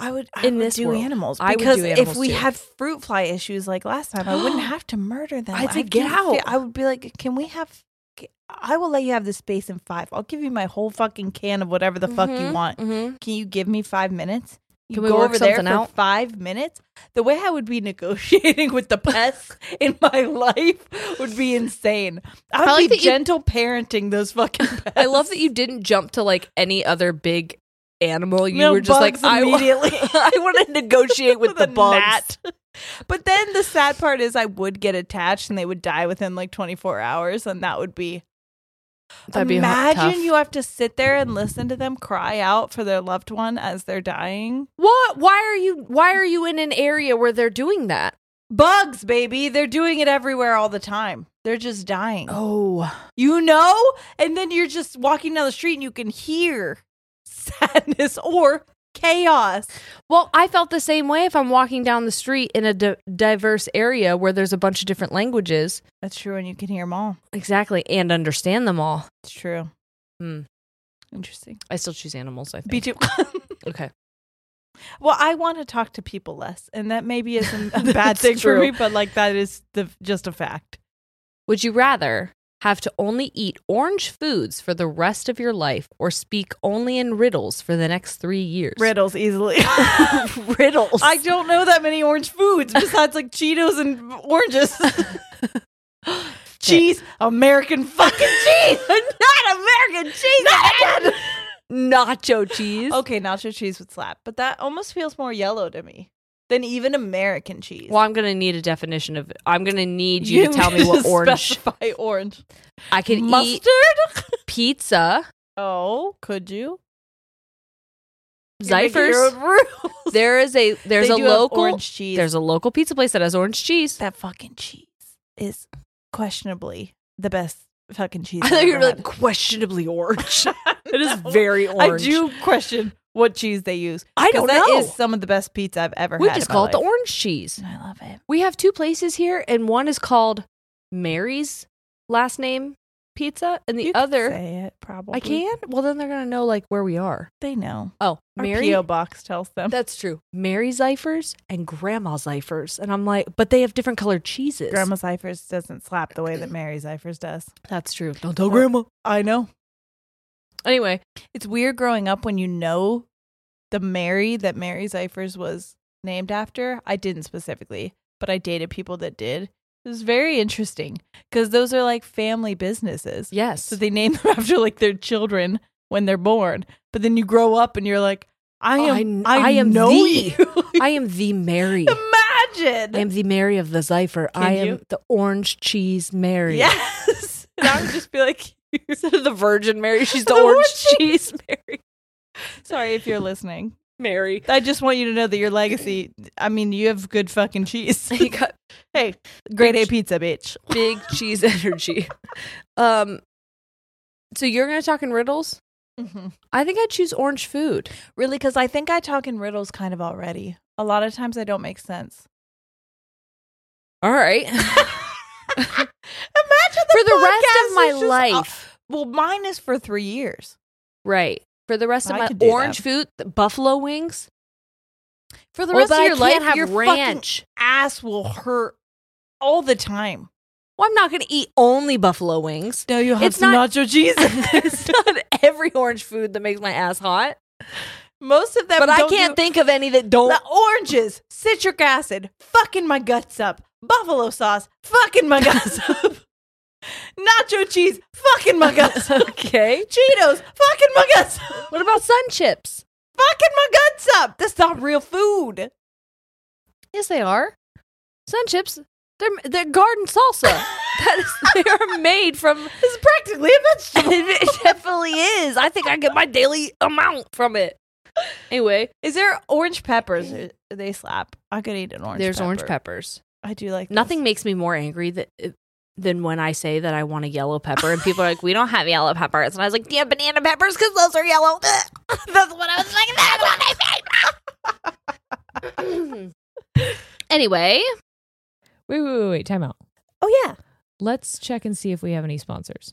A: I would I
B: In
A: would
B: this
A: do
B: world.
A: animals
B: I would
A: because
B: do animals
A: if we
B: too.
A: had fruit fly issues like last time, I wouldn't have to murder them.
B: I'd say,
A: can
B: "Get out."
A: fi- I would be like, "Can we have? I will let you have the space in five. I'll give you my whole fucking can of whatever the fuck you
B: Mhm,
A: want.
B: mhm.
A: Can you give me five minutes? You
B: Can we work something
A: for
B: out?
A: five minutes? The way I would be negotiating with the pests in my life would be insane. I would
B: like
A: be
B: that you-
A: gentle parenting those fucking pests.
B: I love that you didn't jump to like any other big animal. You
A: No
B: were just like,
A: bugs
B: I, wa-
A: immediately.
B: I want to negotiate with, the
A: a
B: bugs.
A: gnat. But then the sad part is I would get attached and they would die within like 24 hours and that would be
B: That'd be hard-
A: Imagine
B: tough.
A: you have to sit there and listen to them cry out for their loved one as they're dying.
B: What? Why are you? Why are you in an area where they're doing that?
A: Bugs, baby, they're doing it everywhere all the time. They're just dying.
B: Oh,
A: You know? And then you're just walking down the street and you can hear sadness or chaos.
B: Well, I felt the same way if I'm walking down the street in a di- diverse area where there's a bunch of different languages.
A: That's true and you can hear them all.
B: Exactly, and understand them all.
A: It's true.
B: Hmm.
A: Interesting.
B: I still choose animals, I think.
A: Me too.
B: okay.
A: Well, I want to talk to people less, and that maybe isn't a bad
B: That's
A: thing for
B: true.
A: me, but like that is the just a fact.
B: Would you rather have to only eat orange foods for the rest of your life or speak only in riddles for the next 3 years?
A: Riddles easily.
B: riddles.
A: I don't know that many orange foods besides like Cheetos and oranges. cheese, American fucking cheese, not American cheese.
B: nacho cheese.
A: Okay, nacho cheese would slap, but that almost feels more yellow to me than even American cheese.
B: Well, I'm gonna need a definition of. I'm gonna need you, to tell me what
A: specify
B: orange
A: orange.
B: I can eat.
A: Mustard?
B: Pizza,
A: Oh, could you? You're making your
B: Zypher's.
A: own rules.
B: There is a there's
A: They
B: a
A: do have
B: local
A: orange cheese.
B: there's a local pizza place that has orange cheese.
A: that fucking cheese is questionably the best fucking cheese.
B: I
A: I've
B: thought you were
A: ever
B: like
A: had.
B: questionably orange. it is
A: No.
B: very
A: I
B: orange.
A: do question what cheese they use.
B: I
A: 'cause
B: don't
A: that
B: know.
A: is some of the best pizza I've ever
B: we
A: had.
B: just
A: in my
B: call it the
A: life.
B: orange cheese.
A: I love it.
B: We have two places here, and one is called Mary's last name pizza, and the
A: You can
B: other
A: say it probably.
B: I can. Well, then they're gonna know like where we are.
A: They know.
B: Oh,
A: Our
B: Mary.
A: PO box tells them.
B: That's true. Mary Zeifers and Grandma Zeifers, and I'm like, but they have different colored cheeses.
A: Grandma Cyphers doesn't slap the way that Mary Cyphers does.
B: That's true. Don't tell
A: Well- I know.
B: Anyway,
A: It's weird growing up when you know the Mary that Mary Cyphers was named after. I didn't specifically, but I dated people that did. It was very interesting because those are like family businesses.
B: yes.
A: So they name them after like their children when they're born. But then you grow up and you're like, I
B: Oh,
A: am,
B: I
A: I,
B: kn- I am
A: know
B: the-
A: you.
B: I am the Mary.
A: Imagine.
B: I am the Mary of the Zeifer.
A: Can
B: I am
A: you?
B: the orange cheese Mary.
A: yes. And I would just be like,
B: Instead of the Virgin Mary, she's the
A: The
B: orange
A: orange
B: cheese Mary.
A: sorry if you're listening.
B: Mary.
A: I just want you to know that your legacy. I mean, you have good fucking cheese.
B: You got
A: hey, grade A pizza, bitch.
B: big cheese energy. Um so you're gonna talk in riddles? I think I'd choose orange food.
A: Mm-hmm. Really, because I think I talk in riddles kind of already. A lot of times I don't make sense.
B: All right.
A: Imagine
B: For the rest
A: podcast
B: of my
A: is just- uh,
B: life.
A: well, mine is for three years.
B: Right. For the rest of
A: I
B: my
A: could do
B: orange
A: that.
B: food, the buffalo wings.
A: For the
B: Well,
A: rest
B: but
A: of
B: I
A: your life,
B: can't have
A: your
B: ranch.
A: fucking ass will hurt all the time.
B: Well, I'm not gonna eat only buffalo wings.
A: No, you have
B: It's
A: some
B: not-
A: nacho cheese.
B: it's not every orange food that makes my ass hot.
A: Most of them,
B: But I
A: don't
B: can't
A: do-
B: think of any that don't.
A: The oranges, citric acid, fucking my guts up. Buffalo sauce, fucking my guts up. Nacho cheese, fucking my guts up.
B: okay.
A: Cheetos, fucking my guts up.
B: What about sun chips?
A: Fucking my guts up. That's not real food.
B: Yes, they are. Sun chips. They're they're garden salsa. that is, they are made from.
A: It's practically a vegetable.
B: it definitely is. I think I get my daily amount from it. Anyway,
A: Is there orange peppers? Or- They slap. I could eat an orange.
B: there's orange
A: pepper.
B: peppers.
A: I do like
B: Nothing makes me more angry that. Than when I say that I want a yellow pepper, and people are like, "We don't have yellow peppers," and I was like, "Do you have banana peppers? Because those are yellow." That's what I was like. That's what I made. anyway,
C: Wait, wait, wait, wait. Time out.
A: Oh yeah.
C: Let's check and see if we have any sponsors.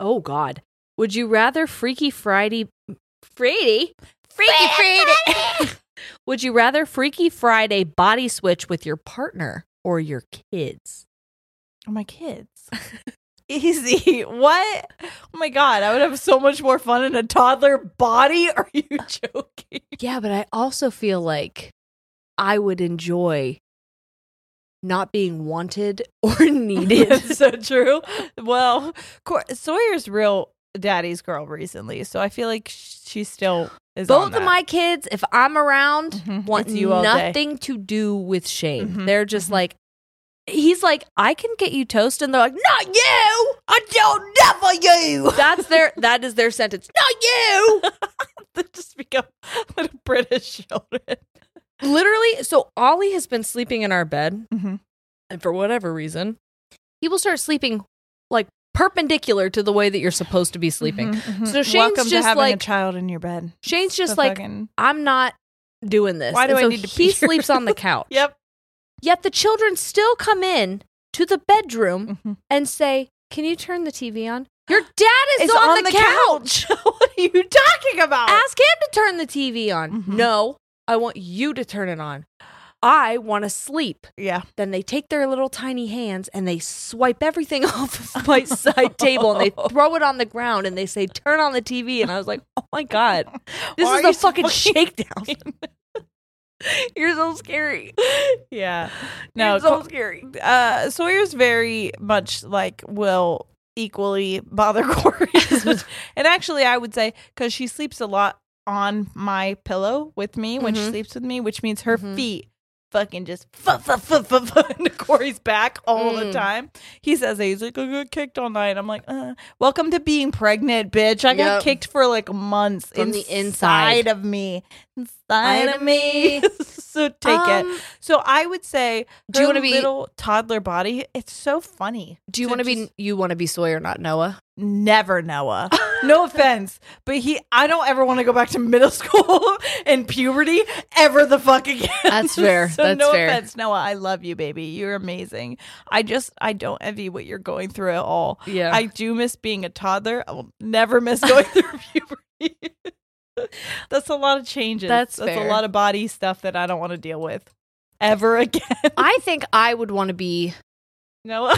B: Oh God! Would you rather Freaky Friday, Friday, Freaky Friday? Would you rather Freaky Friday body switch with your partner or your kids?
A: Or my kids. Easy. What? Oh my god, I would have so much more fun in a toddler body. Are you joking?
B: Yeah, but I also feel like I would enjoy not being wanted or needed.
A: That's so true. Well, Cor- Sawyer's real daddy's girl recently, so I feel like sh- she still is.
B: Both of my kids, if I'm around,
A: Mhm.
B: want
A: It's you all day.
B: nothing to do with shame.
A: Mhm.
B: They're just
A: Mhm.
B: like, he's like, I can get you toast, and they're like, not you. I don't never you. That's their that is their sentence. Not you.
D: They just become little British children.
B: Literally. So Ollie has been sleeping in our bed,
D: Mhm.
B: and for whatever reason, he will start sleeping like perpendicular to the way that you're supposed to be sleeping. So Shane's
A: Hmm, Welcome to
B: just
A: having
B: like
A: a child in your bed.
B: Shane's just
A: The
B: like
A: fucking-
B: I'm not doing this.
A: Why do
B: And
A: I
B: so
A: need to be
B: he
A: here?
B: sleeps on the couch.
D: Yep.
B: Yet the children still come in to the bedroom
A: Mhm.
B: and say, "Can you turn the TV on? Your dad is
A: It's
B: on,
A: on
B: the,
A: the
B: couch.
D: what are you talking about?
B: Ask him to turn the TV on."
A: Mhm.
B: No, I want you to turn it on. I want to sleep.
A: yeah.
B: Then they take their little tiny hands and they swipe everything off of my side table and they throw it on the ground and they say, "Turn on the TV." And I was like, "Oh my god, this
D: Why
B: is
D: are
B: a
D: you so
B: fucking
D: fucking-
B: shakedown." You're so scary.
D: yeah.
A: No,
B: You're so
A: Col-
B: scary.
A: uh, Sawyer's very much like will equally bother Corey, as much- and actually, I would say because she sleeps a lot on my pillow with me when she
B: Mhm.
A: sleeps with me, which means her
B: Mhm.
A: feet fucking just fu- fu- fu- fu- fu- into Corey's back all the
B: Mm.
A: time. He says that he's like, I got kicked all night. I'm like, uh, welcome to being pregnant, bitch. I got
B: Yep.
A: kicked for like months
B: From the inside.
A: inside of me, inside of
B: of
A: me.
B: me.
A: so take it.
B: Um,
A: So I would say,
B: Do you
A: her
B: wanna be-
A: little toddler body? It's so funny.
B: Do you want to be
A: just
B: you want to be Sawyer, not Noah?
A: never Noah? no offense, but he. I don't ever want to go back to middle school and puberty ever the fuck again.
B: That's fair.
A: so
B: That's
A: no
B: fair.
A: offense, Noah. I love you, baby. You're amazing. I just I don't envy what you're going through at all.
B: Yeah.
A: I do miss being a toddler. I will never miss going through puberty. That's a lot of changes.
B: That's
A: That's
B: fair.
A: a lot of body stuff that I don't want to deal with ever again.
B: I think I would want to be
A: Noah.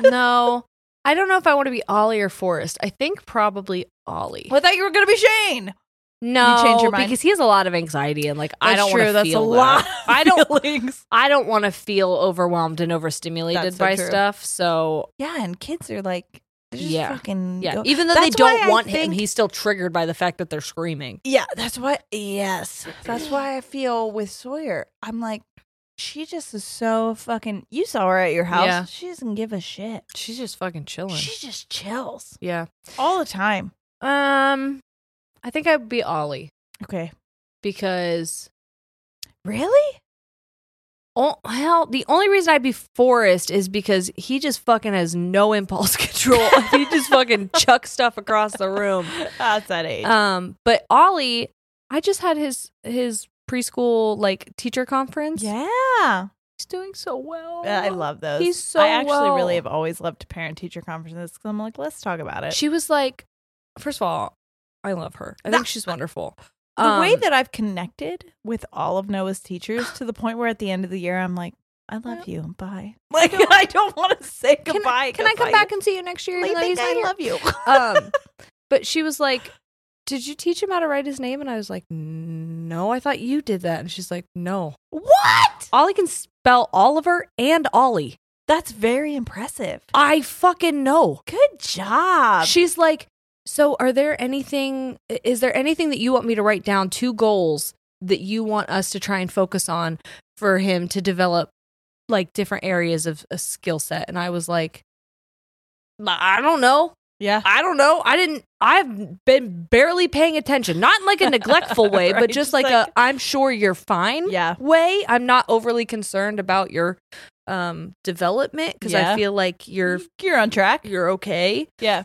B: no. I don't know if I want to be Ollie or Forrest. I think probably Ollie.
A: I thought you were gonna be Shane.
B: No,
A: change your mind?
B: because he has a lot of anxiety and like I don't want to
A: That's
B: feel
A: a
B: that.
A: lot.
B: I don't.
A: Feelings.
B: I don't want to feel overwhelmed and overstimulated
A: That's so
B: by
A: true.
B: stuff. So
A: Yeah, and kids are like, they're just
B: Yeah.
A: fucking.
B: yeah,
A: go-
B: even though they
A: That's why
B: don't
A: I
B: want him,
A: think-
B: he's still triggered by the fact that they're screaming.
A: yeah, that's why. Yes, that's why I feel with Sawyer. I'm like, she just is so fucking. You saw her at your house.
B: Yeah.
A: She doesn't give a shit.
B: She's just fucking chilling.
A: She just chills
B: yeah.
A: all the time.
B: Um, I think I'd be Ollie
A: Okay,
B: because
A: really?
B: Oh, well, the only reason I'd be Forrest is because he just fucking has no impulse control. he just fucking chucks stuff across the room.
A: Um, That's that age.
B: Um, but Ollie, I just had his his preschool like teacher conference.
A: yeah, Uh,
B: he's doing so well.
A: I love those.
B: He's so
A: I actually
B: well.
A: really have always loved parent teacher conferences because I'm like, let's talk about it.
B: She was like, first of all, I love her. I think she's wonderful.
A: the way
B: Um,
A: that I've connected with all of Noah's teachers to the point where at the end of the year I'm like, I love you. Bye. Like I don't want to say
B: Can I-
A: goodbye.
B: Can I come back and see you next year?
A: I
B: even though
A: think
B: he's not
A: I
B: here?
A: love you.
B: um but she was like did you teach him how to write his name and i was like no i thought you did that and she's like no
A: what?
B: ollie can spell oliver and ollie
A: That's very impressive.
B: i fucking know
A: Good job.
B: she's like so are there anything i- is there anything that you want me to write down two goals that you want us to try and focus on for him to develop like different areas of a skill set and i was like i don't know
A: yeah.
B: I don't know. I didn't. I've been barely paying attention, not in like a neglectful way,
A: Right,
B: but just like, a I'm sure you're fine
A: Yeah.
B: way. I'm not overly concerned about your um development because
A: Yeah. Mm-hmm.
B: I feel like you're
A: You're on track.
B: you're okay.
A: Yeah.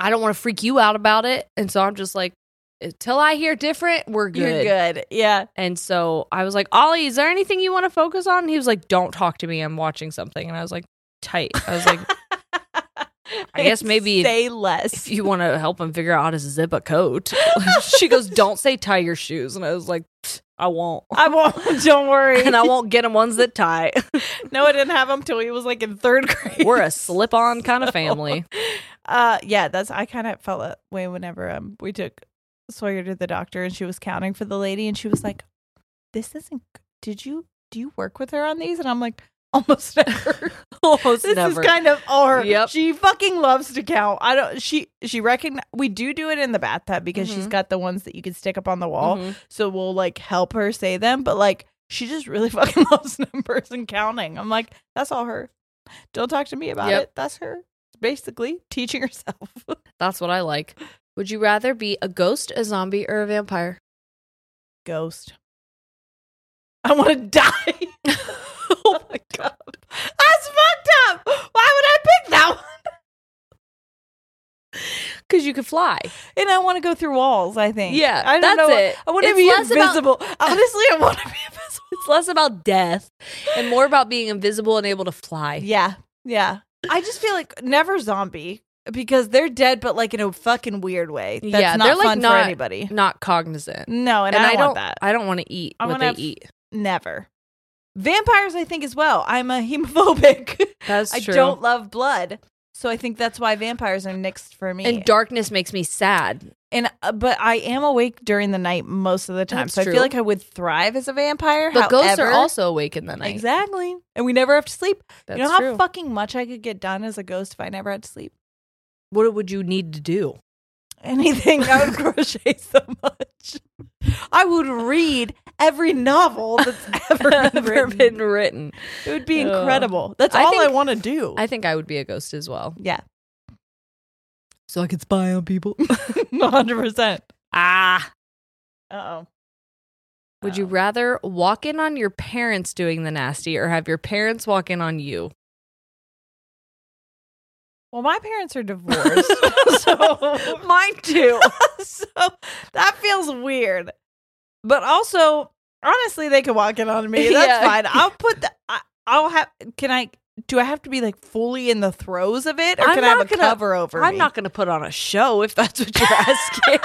B: I don't want to freak you out about it, and so I'm just like, until I hear different, we're good.
A: You're good. Yeah.
B: And so I was like, Ollie, is there anything you want to focus on? And he was like, Don't talk to me. I'm watching something, and I was like, Tight. I was like, I guess maybe
A: say less.
B: if you want to help him figure out how to zip a coat. she goes, "Don't say tie your shoes," and I was like, "Pfft, "I won't."
A: I won't. Don't worry.
B: And I won't get him ones that tie.
A: no, I didn't have him till he was like in third grade.
B: We're a slip-on kind of family.
A: Uh, yeah, that's I kind of felt that way whenever um we took Sawyer to the doctor and she was counting for the lady and she was like, "This isn't. g- Did you do you work with her on these?" And I'm like, "Almost never.
B: Almost
A: this
B: never.
A: is kind of our.
B: Yep.
A: She fucking loves to count. I don't. She she reckon we do do it in the bathtub because she's
B: Mhm.
A: got the ones that you can stick up on the wall,
B: Mhm.
A: so we'll like help her say them. But like she just really fucking loves numbers and counting. I'm like, that's all her. Don't talk to me about
B: Yep.
A: it. That's her. Basically, teaching herself.
B: That's what I like. Would you rather be a ghost, a zombie, or a vampire?
A: Ghost. I want to die. oh my god, that's fucked up. Why would I pick that one?
B: Because you could fly.
A: And I want to go through walls. I think.
B: Yeah,
A: I don't
B: that's
A: know.
B: it.
A: I want to
B: It's
A: be
B: less about-
A: invisible. Honestly, I want to be invisible.
B: It's less about death and more about being invisible and able to fly.
A: Yeah, yeah. I just feel like never zombie because they're dead, but like in a fucking weird way. That's
B: Yeah,
A: not
B: they're, like,
A: fun for
B: not-
A: anybody.
B: Not cognizant.
A: No, and,
B: and
A: I,
B: I,
A: don't
B: don't.
A: want that.
B: I don't want to eat
A: I
B: what
A: wanna
B: they
A: have-
B: eat.
A: never. Vampires, I think as well. I'm a hemophobic.
B: That's
A: I
B: true.
A: don't love blood, so I think that's why vampires are nixed for me.
B: And darkness makes me sad.
A: and uh, but I am awake during the night most of the time,
B: That's
A: so I
B: true.
A: feel like I would thrive as a vampire.
B: But ghosts are
A: However-
B: also awake in the night.
A: exactly, and we never have to sleep.
B: That's
A: you know how
B: true.
A: fucking much I could get done as a ghost if I never had to sleep.
B: what would you need to do?
A: anything I would crochet so much. I would read every novel that's ever been
B: Ever
A: written.
B: been written?
A: It would be
B: Ugh.
A: incredible. That's
B: I
A: all I
B: think-
A: want to do.
B: I think I would be a ghost as well.
A: yeah,
B: So I could spy on people.
A: 100%.
B: ah.
A: Uh-oh.
B: Would you rather walk in on your parents doing the nasty or have your parents walk in on you?
A: Well, my parents are divorced. so
B: Mine too.
A: so that feels weird. But also, honestly, they can walk in on me. That's
B: Yeah.
A: fine. I'll put the. I, I'll have. Can I? Do I have to be like fully in the throes of it, or
B: I'm
A: can I have a
B: not gonna-
A: cover over?
B: I'm
A: me?
B: not going to put on a show if that's what you're asking.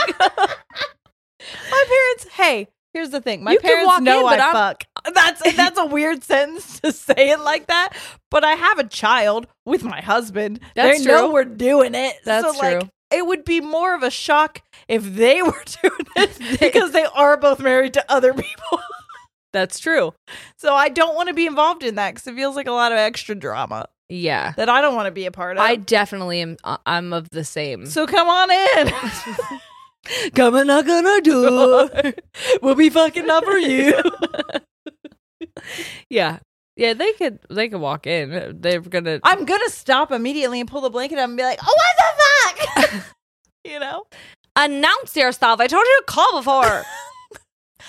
A: My parents. Hey, here's the thing. My
B: You can
A: parents
B: walk
A: know
B: in, but
A: I
B: I'm-
A: fuck. That's that's a weird sentence to say it like that. But I have a child with my husband.
B: That's
A: they know
B: true.
A: we're doing it.
B: That's
A: so, like,
B: true.
A: it would be more of a shock if they were doing it because they are both married to other people.
B: that's true.
A: So I don't want to be involved in that because it feels like a lot of extra drama
B: Yeah.
A: that I don't want to be a part of.
B: I definitely am. I- I'm of the same.
A: so come on in.
B: come and knock on our door.
A: we'll be fucking up for you.
B: yeah, yeah. They could. They could walk in. They're gonna.
A: I'm gonna stop immediately and pull the blanket up and be like, "Oh, what the fuck?" you know.
B: announce yourself. I told you to call before. Um,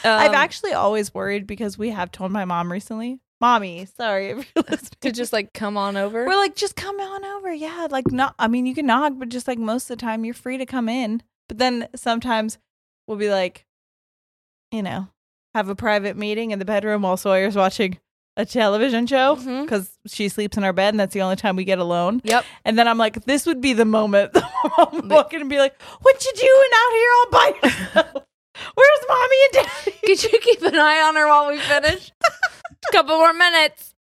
A: I've actually always worried because we have told my mom recently, "Mommy, sorry if you're listening."
B: to just like come on over.
A: We're like, just come on over, yeah. Like, not. I mean, you can knock, but just like most of the time, you're free to come in. But then sometimes we'll be like, you know, have a private meeting in the bedroom while Sawyer's watching a television show
B: Mhm.
A: because she sleeps in our bed, and that's the only time we get alone.
B: Yep.
A: And then I'm like, this would be the moment that I'm walking and be like, what you doing out here all by yourself? Where's mommy and daddy?
B: Could you keep an eye on her while we finish? Couple more minutes.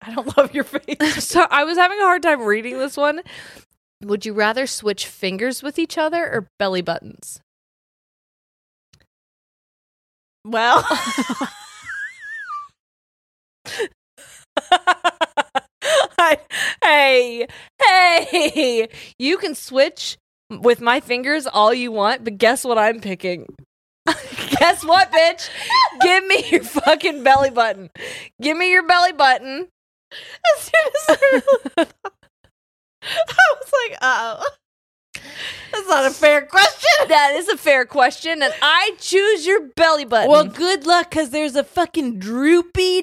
A: I don't love your face.
B: So I was having a hard time reading this one. Would you rather switch fingers with each other or belly buttons?
A: Well,
B: hey, hey, you can switch with my fingers all you want, but guess what I'm picking? guess what, bitch? Give me your fucking belly button. Give me your belly button.
A: as soon as I realized- I was like, uh oh. That's not a fair question.
B: That is a fair question, and I choose your belly button.
A: Well, good luck because there's a fucking droopy,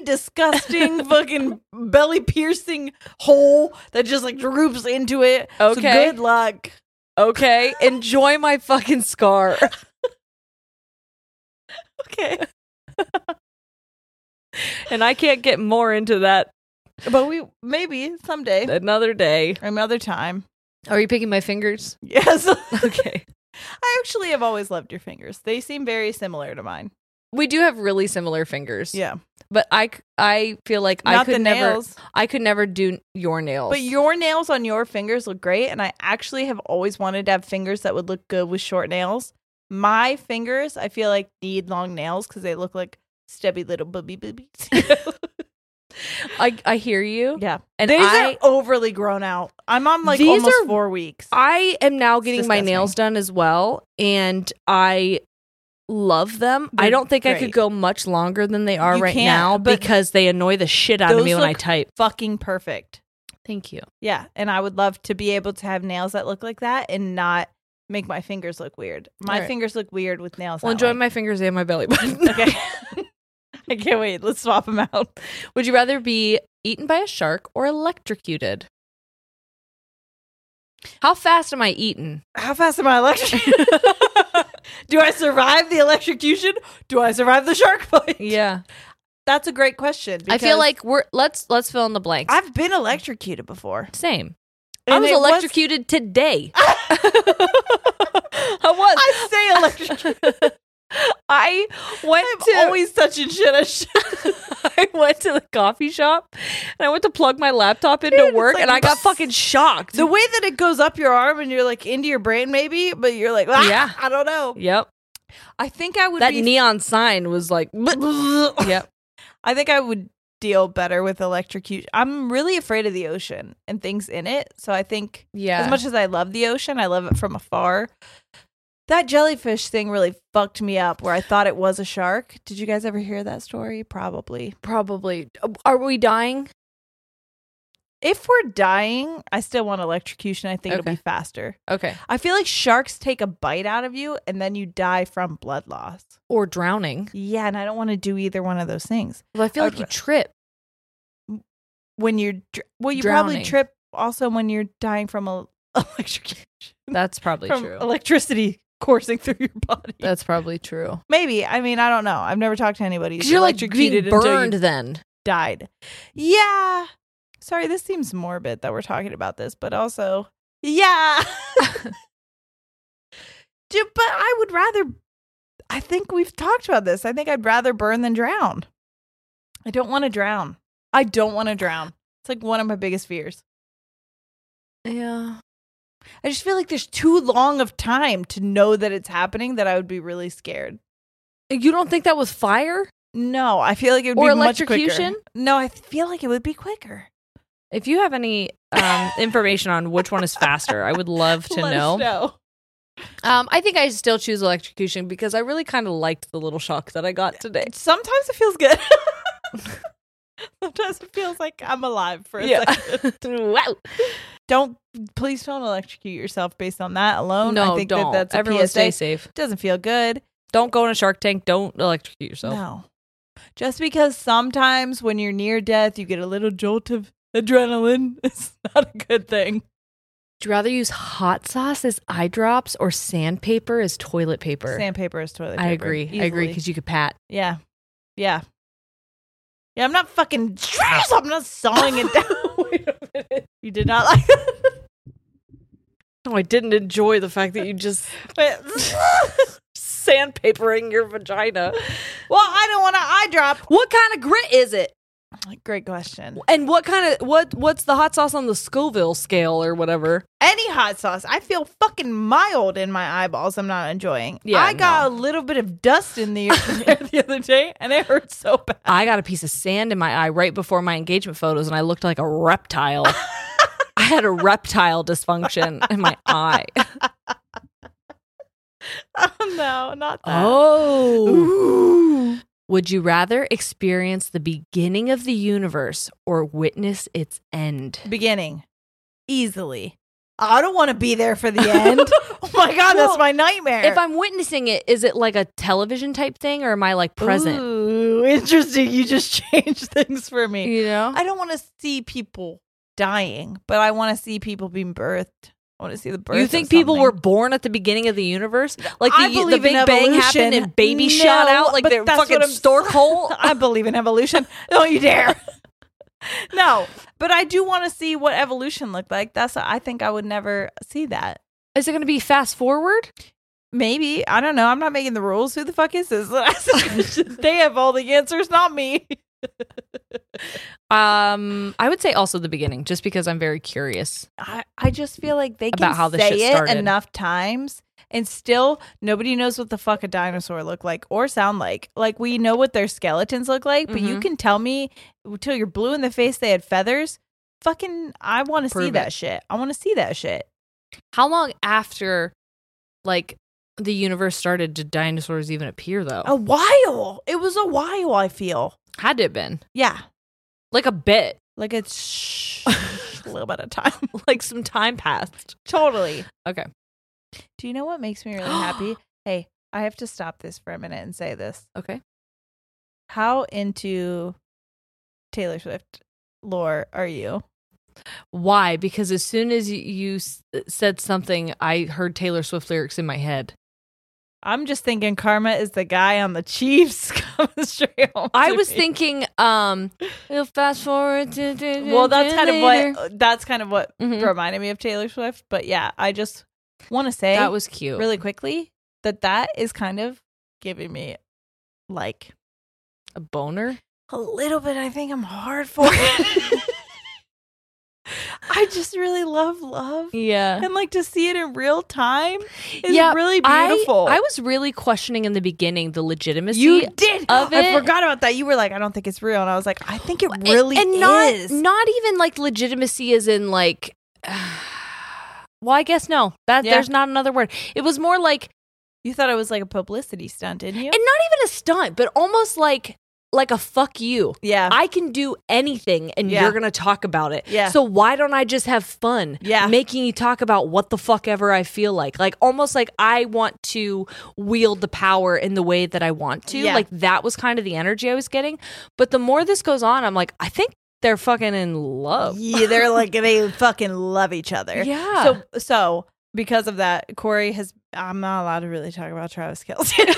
A: disgusting, fucking belly piercing hole that just like droops into it. So
B: Okay.
A: good luck.
B: okay, enjoy my fucking scar.
A: Okay.
B: And I can't get more into that
A: But we maybe someday,
B: another day.
A: another time.
B: Are you picking my fingers?
A: Yes.
B: Okay.
A: I actually have always loved your fingers. They seem very similar to mine.
B: We do have really similar fingers.
A: Yeah.
B: But I, c- I feel like I
A: Not
B: could
A: the
B: never
A: nails.
B: I could never do your nails.
A: But your nails on your fingers look great. And I actually have always wanted to have fingers that would look good with short nails. My fingers, I feel like, need long nails because they look like stubby little booby boobies.
B: I I hear you.
A: yeah.
B: And
A: These
B: I
A: are overly grown out. I'm on like
B: These
A: almost
B: are-
A: four weeks.
B: I am now getting my
A: disgusting.
B: nails done as well and I love them. I
A: They're
B: don't think I
A: great.
B: could go much longer than they are
A: You
B: right
A: can't,
B: now
A: but
B: because they annoy the shit out of
A: those
B: me when I
A: look
B: type.
A: Fucking perfect.
B: Thank you.
A: Yeah, and I would love to be able to have nails that look like that and not make my fingers look weird. My
B: All right.
A: fingers look weird with nails.
B: Well,
A: that
B: enjoy
A: way.
B: my fingers and my belly button.
A: Okay. I can't wait. Let's swap them out.
B: Would you rather be eaten by a shark or electrocuted? How fast am I eaten?
A: How fast am I electrocuted? Do I survive the electrocution? Do I survive the shark bite?
B: Yeah,
A: That's a great question.
B: I
A: because
B: feel like we're let's let's fill in the blanks.
A: I've been electrocuted before.
B: Same. I
A: And
B: was
A: it
B: electrocuted today. I was.
A: I say electrocuted.
B: I went
A: I'm
B: to
A: always touching shit. I should.
B: I went to the coffee shop and I went to plug my laptop into
A: Dude, it's
B: work
A: like-
B: and I got fucking shocked.
A: The way that it goes up your arm and you're like into your brain, maybe, but you're like, ah,
B: Yeah.
A: I don't know.
B: yep.
A: I think I would
B: That
A: be.
B: neon sign was like Yep.
A: I think I would deal better with electrocution. I'm really afraid of the ocean and things in it, so I think
B: Yeah.
A: As much as I love the ocean, I love it from afar. That jellyfish thing really fucked me up where I thought it was a shark. Did you guys ever hear that story? Probably.
B: probably are we dying?
A: If we're dying, I still want electrocution. I think it'll be
B: Okay.
A: faster.
B: Okay.
A: I feel like sharks take a bite out of you and then you die from blood loss.
B: Or drowning.
A: Yeah, and I don't want to do either one of those things.
B: Well, I feel
A: I'd
B: like you
A: ra-
B: trip.
A: When you're dr- well, you probably
B: Drowning.
A: trip also when you're dying from a- electrocution.
B: That's probably
A: from
B: true.
A: electricity coursing through your body.
B: That's probably true.
A: Maybe. I mean, I don't know. I've never talked to anybody. who's
B: Because you're like being
A: electrocuted until you
B: burned then.
A: died. Yeah. Sorry, this seems morbid that we're talking about this, but also, yeah. Ju- but I would rather. I think we've talked about this. I think I'd rather burn than drown. I don't want to drown. I don't want to drown. It's like one of my biggest fears.
B: Yeah.
A: I just feel like there's too long of time to know that it's happening that I would be really scared.
B: You don't think that was fire?
A: No, I feel like it would
B: Or
A: be much quicker.
B: electrocution?
A: No, I th- feel like it would be quicker.
B: If you have any um, information on which one is faster, I would love to
A: Let us
B: know. Um, I think I still choose electrocution because I really kind of liked the little shock that I got today.
A: Sometimes it feels good. Sometimes it feels like I'm alive for a second.
B: wow.
A: Don't please don't electrocute yourself based on that alone.
B: no,
A: I think
B: don't.
A: that that's a
B: Everyone
A: PSA.
B: stay safe.
A: Doesn't feel good.
B: Don't go in a shark tank. Don't electrocute yourself.
A: No. Just because sometimes when you're near death you get a little jolt of adrenaline. It's not a good thing.
B: Would you rather use hot sauce as eye drops or sandpaper as toilet paper?
A: Sandpaper is toilet paper.
B: I agree. I agree
A: easily.
B: because you could pat.
A: Yeah. Yeah. Yeah, I'm not fucking I'm not sawing it down. Wait a minute. You did not like that.
B: No, I didn't enjoy the fact that you just
A: Wait.
B: sandpapering your vagina.
A: well, I don't want to eye drop.
B: What kind of grit is it?
A: Great question.
B: And what kind of what what's the hot sauce on the Scoville scale or whatever?
A: Any hot sauce. I feel fucking mild in my eyeballs. I'm not enjoying.
B: Yeah,
A: I got a little bit of dust in the the other day and it hurt so bad.
B: I got a piece of sand in my eye right before my engagement photos and I looked like a reptile. I had a reptile dysfunction in my eye.
A: Oh no, not that.
B: Oh.
A: Ooh.
B: Would you rather experience the beginning of the universe or witness its end?
A: Beginning. Easily. I don't want to be there for the end. oh my god,
B: Well,
A: that's my nightmare.
B: If I'm witnessing it, is it like a television type thing or am I like present?
A: Ooh, interesting. You just changed things for me.
B: You know?
A: I don't want to see people dying, but I want to see people being birthed. I want to see the birth.
B: You
A: of
B: think people
A: something.
B: were born at the beginning of the universe? Like
A: I
B: the, the
A: believe
B: Big
A: in
B: Bang
A: evolution.
B: happened and babies shot
A: No,
B: out like
A: but
B: they're
A: that's what
B: fucking
A: I'm-
B: stork hole?
A: I believe in evolution. Don't you dare. no, but I do want to see what evolution looked like. That's I think I would never see that.
B: Is it going to be fast forward?
A: Maybe I don't know. I'm not making the rules. Who the fuck is this? they have all the answers, not me.
B: Um, I would say also the beginning, just because I'm very curious.
A: I, I just feel like they can
B: About how this
A: say
B: shit
A: it
B: started.
A: enough times and still nobody knows what the fuck a dinosaur looked like or sound like. Like we know what their skeletons look like, but you
B: Mhm.
A: can tell me till you're blue in the face they had feathers. Fucking I want to see
B: Prove
A: that
B: it.
A: shit. I want to see that shit.
B: How long after, like, the universe started, did dinosaurs even appear though?
A: A while. It was a while, I feel.
B: had it been
A: Yeah.
B: like a bit,
A: Like it's shh, a little bit of time.
B: like some time passed.
A: Totally.
B: Okay.
A: Do you know what makes me really happy? Hey, I have to stop this for a minute and say this.
B: Okay.
A: How into Taylor Swift lore are you?
B: Why? Because as soon as you, you s- said something, I heard Taylor Swift lyrics in my head.
A: I'm just thinking Karma is the guy on the Chiefs coming straight home.
B: I
A: to
B: was
A: me.
B: thinking, um, we'll fast forward to
A: Well, that's kind of what uh, that's kind of what
B: Mhm.
A: reminded me of Taylor Swift. But yeah, I just want to say
B: that was cute.
A: really quickly that that is kind of giving me like
B: a boner.
A: a little bit. I think I'm hard for it. I just really love love.
B: Yeah.
A: And like to see it in real time is
B: Yeah,
A: really
B: I-
A: beautiful.
B: I, was really questioning in the beginning the legitimacy
A: you did.
B: of
A: I
B: it.
A: forgot about that. You were like, I don't think it's real, and I was like, I think it
B: And-
A: really
B: and, not
A: is.
B: not even like legitimacy is in like. well, I guess no. That
A: Yeah.
B: there's not another word. It was more like
A: you thought it was like a publicity stunt, didn't you?
B: and not even a stunt, but almost like like a fuck you.
A: yeah,
B: I can do anything and
A: Yeah.
B: you're going to talk about it.
A: Yeah.
B: So why don't I just have fun
A: Yeah.
B: making you talk about what the fuck ever I feel like? Like almost like I want to wield the power in the way that I want to.
A: Yeah.
B: Like that was kind of the energy I was getting. But the more this goes on, I'm like, I think they're fucking in love.
A: yeah, they're like they fucking love each other.
B: Yeah.
A: So so because of that, Corey has. I'm not allowed to really talk about Travis Kelsey.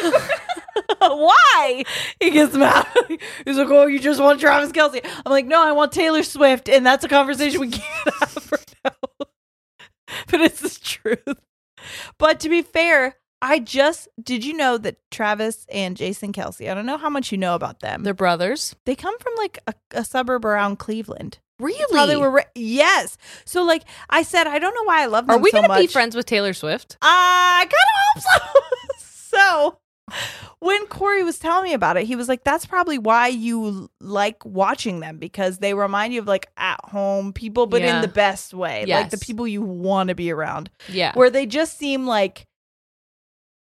A: Why? He gets mad. He's like, "Oh, you just want Travis Kelsey." I'm like, "No, I want Taylor Swift," and that's a conversation we can't have right now. but it's the truth. But to be fair, I just did you know that Travis and Jason Kelsey? I don't know how much you know about them.
B: they're brothers.
A: they come from like a, a suburb around Cleveland.
B: Really?
A: How they were ra- yes. So like I said, I don't know why I love them.
B: Are we
A: so
B: going to be
A: much.
B: friends with Taylor Swift?
A: I kind of hope so. so when Corey was telling me about it, he was like, "That's probably why you l- like watching them because they remind you of like at home people, but
B: Yeah.
A: in the best way, like the
B: Yes.
A: people you want to be around,
B: Yeah.
A: where they just seem like."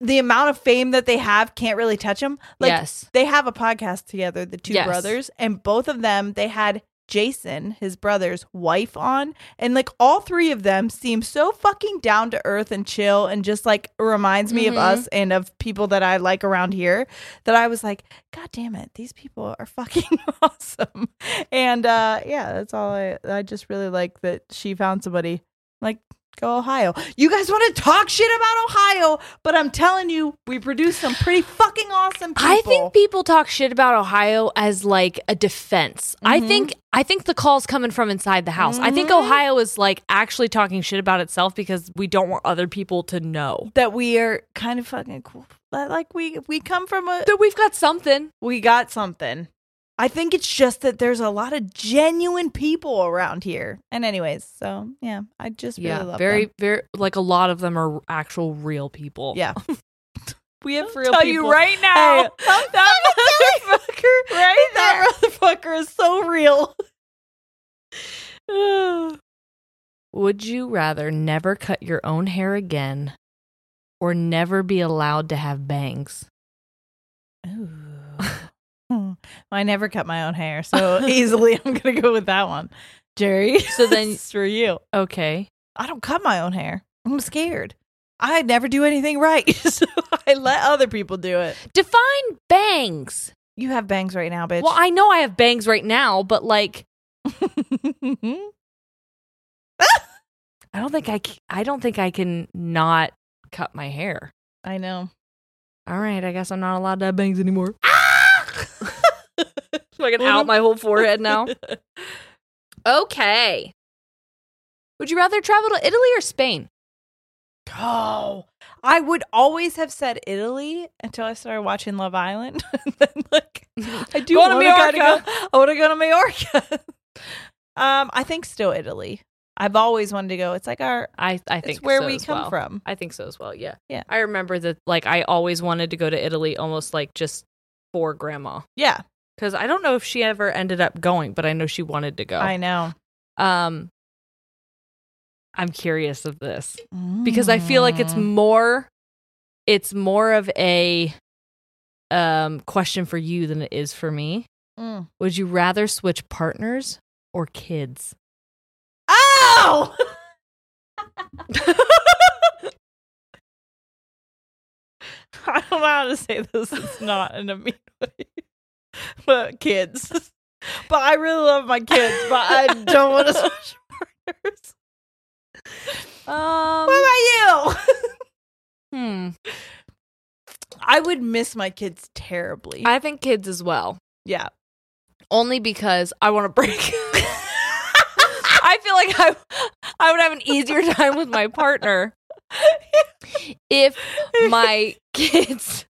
A: The amount of fame that they have can't really touch them. Like
B: yes.
A: they have a podcast together, the two
B: Yes.
A: brothers, and both of them they had Jason, his brother's wife on, and like all three of them seem so fucking down to earth and chill and just like reminds me of
B: Mhm.
A: us and of people that I like around here that I was like, God damn it, these people are fucking awesome. And uh yeah, that's all I I just really like that she found somebody like Go Ohio. You guys want to talk shit about Ohio, but I'm telling you, we produce some pretty fucking awesome people.
B: I think people talk shit about Ohio as like a defense. I
A: Mhm.
B: think I think the calls coming from inside the house. I think
A: Mhm.
B: Ohio is like actually talking shit about itself because we don't want other people to know
A: that we are kind of fucking cool. But like we we come from a
B: that we've got something.
A: we got something. I think it's just that there's a lot of genuine people around here. And anyways, so yeah, I just really love
B: very
A: them.
B: very like a lot of them are actual real people.
A: Yeah. we have real
B: Tell
A: people.
B: you right now.
A: Hey, that, that motherfucker, right? That motherfucker is so real.
B: Would you rather never cut your own hair again or never be allowed to have bangs?
A: Hmm. Well, I never cut my own hair, so easily I'm gonna go with that one, Jerry.
B: So then-
A: it's for you.
B: Okay.
A: I don't cut my own hair. I'm scared. I never do anything right, so I let other people do it.
B: Define bangs.
A: You have bangs right now, bitch.
B: Well, I know I have bangs right now, but like I don't think I c- I don't think I can not cut my hair.
A: I know.
B: All right, I guess I'm not allowed to have bangs anymore.
A: Ah!
B: so I can out my whole forehead now. okay. Would you rather travel to Italy or Spain?
A: Oh, I would always have said Italy until I started watching Love Island. and then, like, I do
B: Go to
A: want to gotta
B: Majorca.
A: go. I want to go to Majorca. um, I think still Italy. I've always wanted to go. It's like our.
B: I I
A: It's
B: think
A: where
B: so
A: we
B: as
A: come
B: well.
A: from.
B: I think so as well. Yeah.
A: Yeah.
B: I remember that like I always wanted to go to Italy almost like just for grandma
A: Yeah,
B: cuz I don't know if she ever ended up going, but I know she wanted to go.
A: I know.
B: Um
A: Mm.
B: I'm curious of this because I feel like it's more it's more of a um question for you than it is for me.
A: Mm.
B: Would you rather switch partners or kids?
A: Oh! I don't know how to say this. It's not in a mean way. But kids. But I really love my kids, but I don't want to switch partners.
B: Um
A: What about you?
B: hmm.
A: I would miss my kids terribly.
B: I think kids as well.
A: yeah.
B: Only because I want a break. I feel like I I would have an easier time with my partner if my kids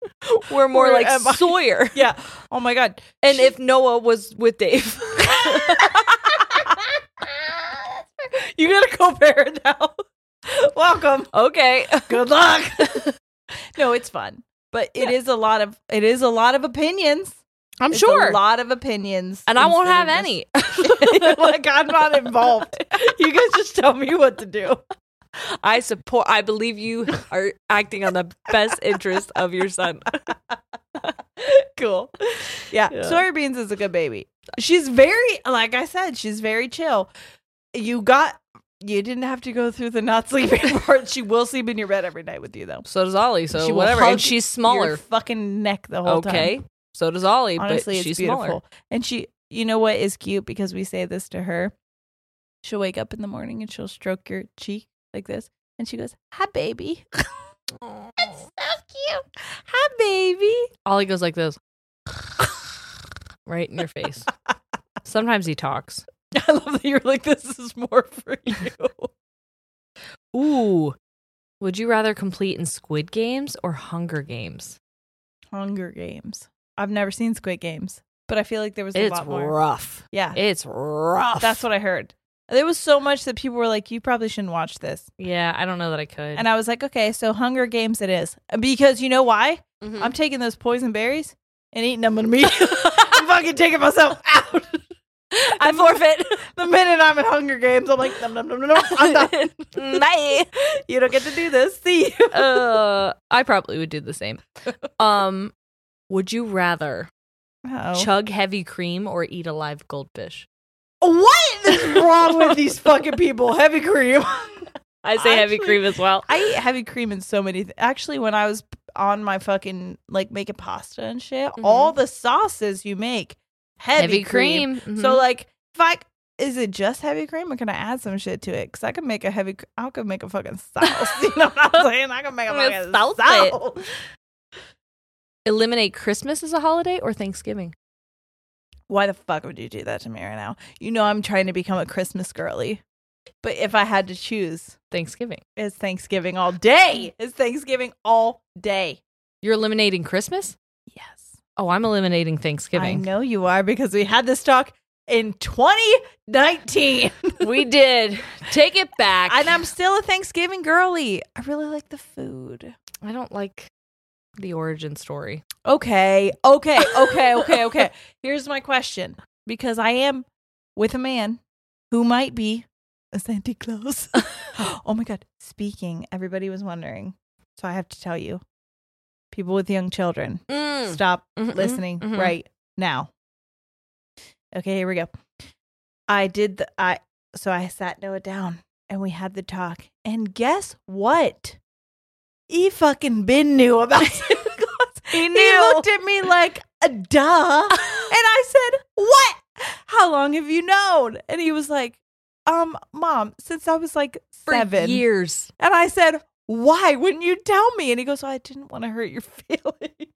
B: were more
A: Where
B: like
A: am I?
B: Sawyer.
A: Yeah. Oh my God.
B: And if Noah was with Dave.
A: You got a co parent now. Welcome.
B: okay.
A: Good luck. no, it's fun. But it is a lot of it is a lot of opinions.
B: I'm
A: It's A lot of opinions.
B: And I won't have
A: instead of
B: any.
A: just- like I'm not involved. You guys just tell me what to do.
B: I support I believe you are acting on the best interest of your son.
A: cool. Yeah.
B: Yeah.
A: Soybeans is a good baby. She's very, like I said, she's very chill. You got, you didn't have to go through the not sleeping part. She will sleep in your bed every night with you, though.
B: So does Ollie, so
A: She will
B: whatever.
A: hug
B: And she's
A: Your
B: smaller.
A: fucking neck the whole time.
B: Okay. So does Ollie,
A: Honestly,
B: but
A: it's
B: she's
A: beautiful.
B: smaller.
A: And she, you know what is cute because we say this to her. She'll wake up in the morning and she'll stroke your cheek like this, and she goes, "Hi, baby." That's so cute. Hi, baby.
B: Ollie goes like this. right in your face. Sometimes he talks.
A: I love that you're like, "This is more for you."
B: Ooh. Would you rather complete in Squid Games or Hunger Games?
A: Hunger Games. I've never seen Squid Games, but I feel like there was a
B: It's
A: lot more.
B: rough.
A: Yeah,
B: It's rough.
A: that's what I heard. There was so much that people were like, "You probably shouldn't watch this,"
B: Yeah, I don't know that I could.
A: and I was like, "Okay, so Hunger Games it is," because you know why?
B: Mm-hmm.
A: I'm taking those poison berries and eating them immediately. I'm fucking taking myself out.
B: I forfeit.
A: The minute I'm in Hunger Games, I'm like, "Nom nom nom nom." nom. I'm done.
B: Bye.
A: you don't get to do this. See, you.
B: uh, I probably would do the same. Um, would you rather
A: Uh-oh.
B: chug heavy cream or eat a live goldfish?
A: Oh. what is wrong with these fucking people? Heavy cream.
B: I
A: say heavy cream
B: as well.
A: I eat heavy cream in so many. Th- Actually, when I was on my fucking like making pasta and shit, all the sauces you make heavy,
B: Mm-hmm. Heavy
A: cream.
B: cream.
A: So
B: mhm.
A: like, if I is it just heavy cream or can I add some shit to it? Because I could make a heavy. cr- I could make a fucking sauce. you know what I'm saying? I could make a
B: I'm gonna
A: fucking
B: sauce
A: sauce.
B: it. eliminate Christmas as a holiday or Thanksgiving?
A: Why the fuck would you do that to me right now? You know I'm trying to become a Christmas girly, but if I had to choose,
B: Thanksgiving.
A: it's Thanksgiving all day.
B: Mm.
A: It's Thanksgiving all day.
B: You're eliminating Christmas?
A: Yes.
B: Oh, I'm eliminating
A: I
B: Thanksgiving.
A: know you are because we had this talk in 2019.
B: we did. Take it back.
A: and I'm still a Thanksgiving girly. I really like the food.
B: I don't like the origin story.
A: Okay. Okay. Okay. Okay. Okay. Here's my question because I am with a man who might be a Santa Claus. oh my God. Speaking, everybody was wondering. So I have to tell you people with young children, stop
B: Mhm,
A: listening
B: mhm.
A: right now. Okay, here we go. I did the I so I sat Noah down and we had the talk. And guess what? He fucking been knew about Santa Claus.
B: He
A: He
B: knew.
A: looked at me like "Uh, duh. and I said, What? How long have you known? And he was like, Um, mom, since I was like
B: For
A: seven.
B: years.
A: And I said, Why wouldn't you tell me? And he goes, well, I didn't want to hurt your feelings. And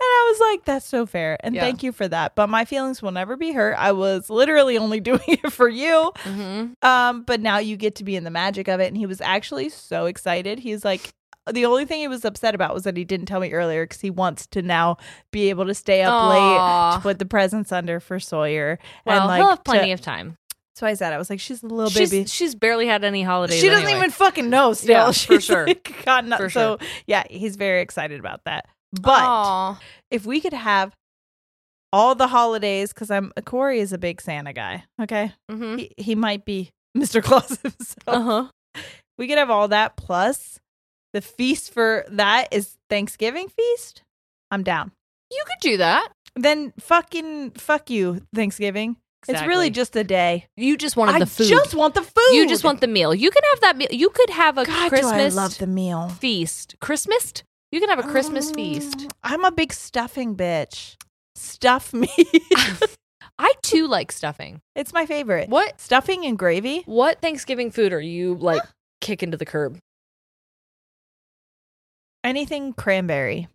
A: I was like, That's so fair. And
B: Yeah.
A: thank you for that. But my feelings will never be hurt. I was literally only doing it for you.
B: Mm-hmm.
A: Um, but now you get to be in the magic of it. And he was actually so excited. He's like, the only thing he was upset about was that he didn't tell me earlier because he wants to now be able to stay up late
B: Aw.
A: to put the presents under for Sawyer.
B: Well,
A: and like,
B: he'll have plenty
A: to-
B: of time.
A: So I said, I was like, she's a little
B: she's,
A: baby.
B: she's barely had any holidays.
A: She doesn't
B: anyway.
A: even fucking know still.
B: Yeah, for
A: She's,
B: sure.
A: like, gotten up-
B: For
A: So yeah, he's very excited about that. But
B: Aw.
A: if we could have all the holidays, because I'm Corey is a big Santa guy. Okay,
B: Mhm.
A: he, he might be Mr. Claus himself.
B: Uh-huh.
A: We could have all that plus the feast for that is Thanksgiving feast, I'm down.
B: You could do that.
A: Then fucking fuck you, Thanksgiving. It's really
B: Exactly.
A: just a day.
B: You just wanted
A: I
B: the food.
A: just want the food.
B: You just want the meal. You can have that meal. You could have a
A: God, do I
B: Christmas
A: love the meal.
B: feast. Christmas? You can have a Christmas feast.
A: Mm, I'm a big stuffing bitch. Stuff me.
B: I too like stuffing.
A: it's my favorite.
B: What
A: Stuffing and gravy?
B: what Thanksgiving food are you like kicking to the curb?
A: Anything cranberry.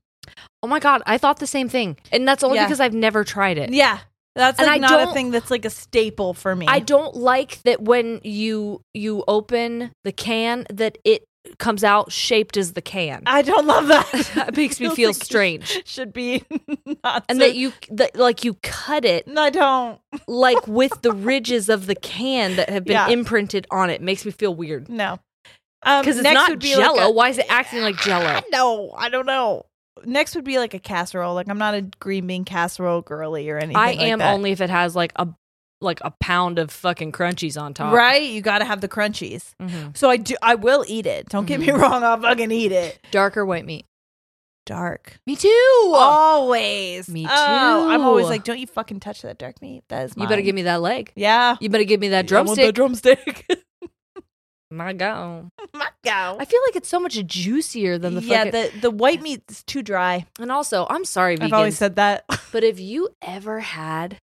B: Oh my god, I thought the same thing. And that's only
A: Yeah.
B: because I've never tried it.
A: Yeah. That's
B: And
A: like
B: I
A: not a
B: don't-
A: thing that's like a staple for me.
B: I don't like that when you you open the can that it comes out shaped as the can.
A: I don't love that.
B: That makes me
A: Feels
B: feel
A: like it
B: strange.
A: Should be not
B: and
A: so-
B: that you that like you cut it
A: No, I don't.
B: like with the ridges of the can that have been
A: Yeah.
B: imprinted on it makes me feel weird
A: No. Um,
B: because it's
A: next
B: not
A: would be
B: jello
A: Like a-
B: why is it acting like jello
A: no, I don't know. Next would be like a casserole. Like I'm not a green bean casserole girly or anything.
B: i
A: like
B: am
A: that.
B: only if it has like a like a pound of fucking crunchies on top
A: right. You got to have the crunchies.
B: Mhm.
A: So I do. I will eat it. Don't get me wrong. I'll fucking eat it.
B: darker white meat Oh,
A: Dark.
B: me too
A: Always.
B: Me
A: Oh, I'm always
B: too.
A: like, don't you fucking touch that dark meat. That is.
B: you better give me that leg
A: Yeah.
B: you better give me that
A: I want that
B: drumstick
A: drumstick.
B: my god
A: My God.
B: i feel like it's so much juicier than the
A: yeah,
B: fucking
A: the the white meat's too dry.
B: and also i'm sorry vegans
A: I've always said that.
B: but have you ever had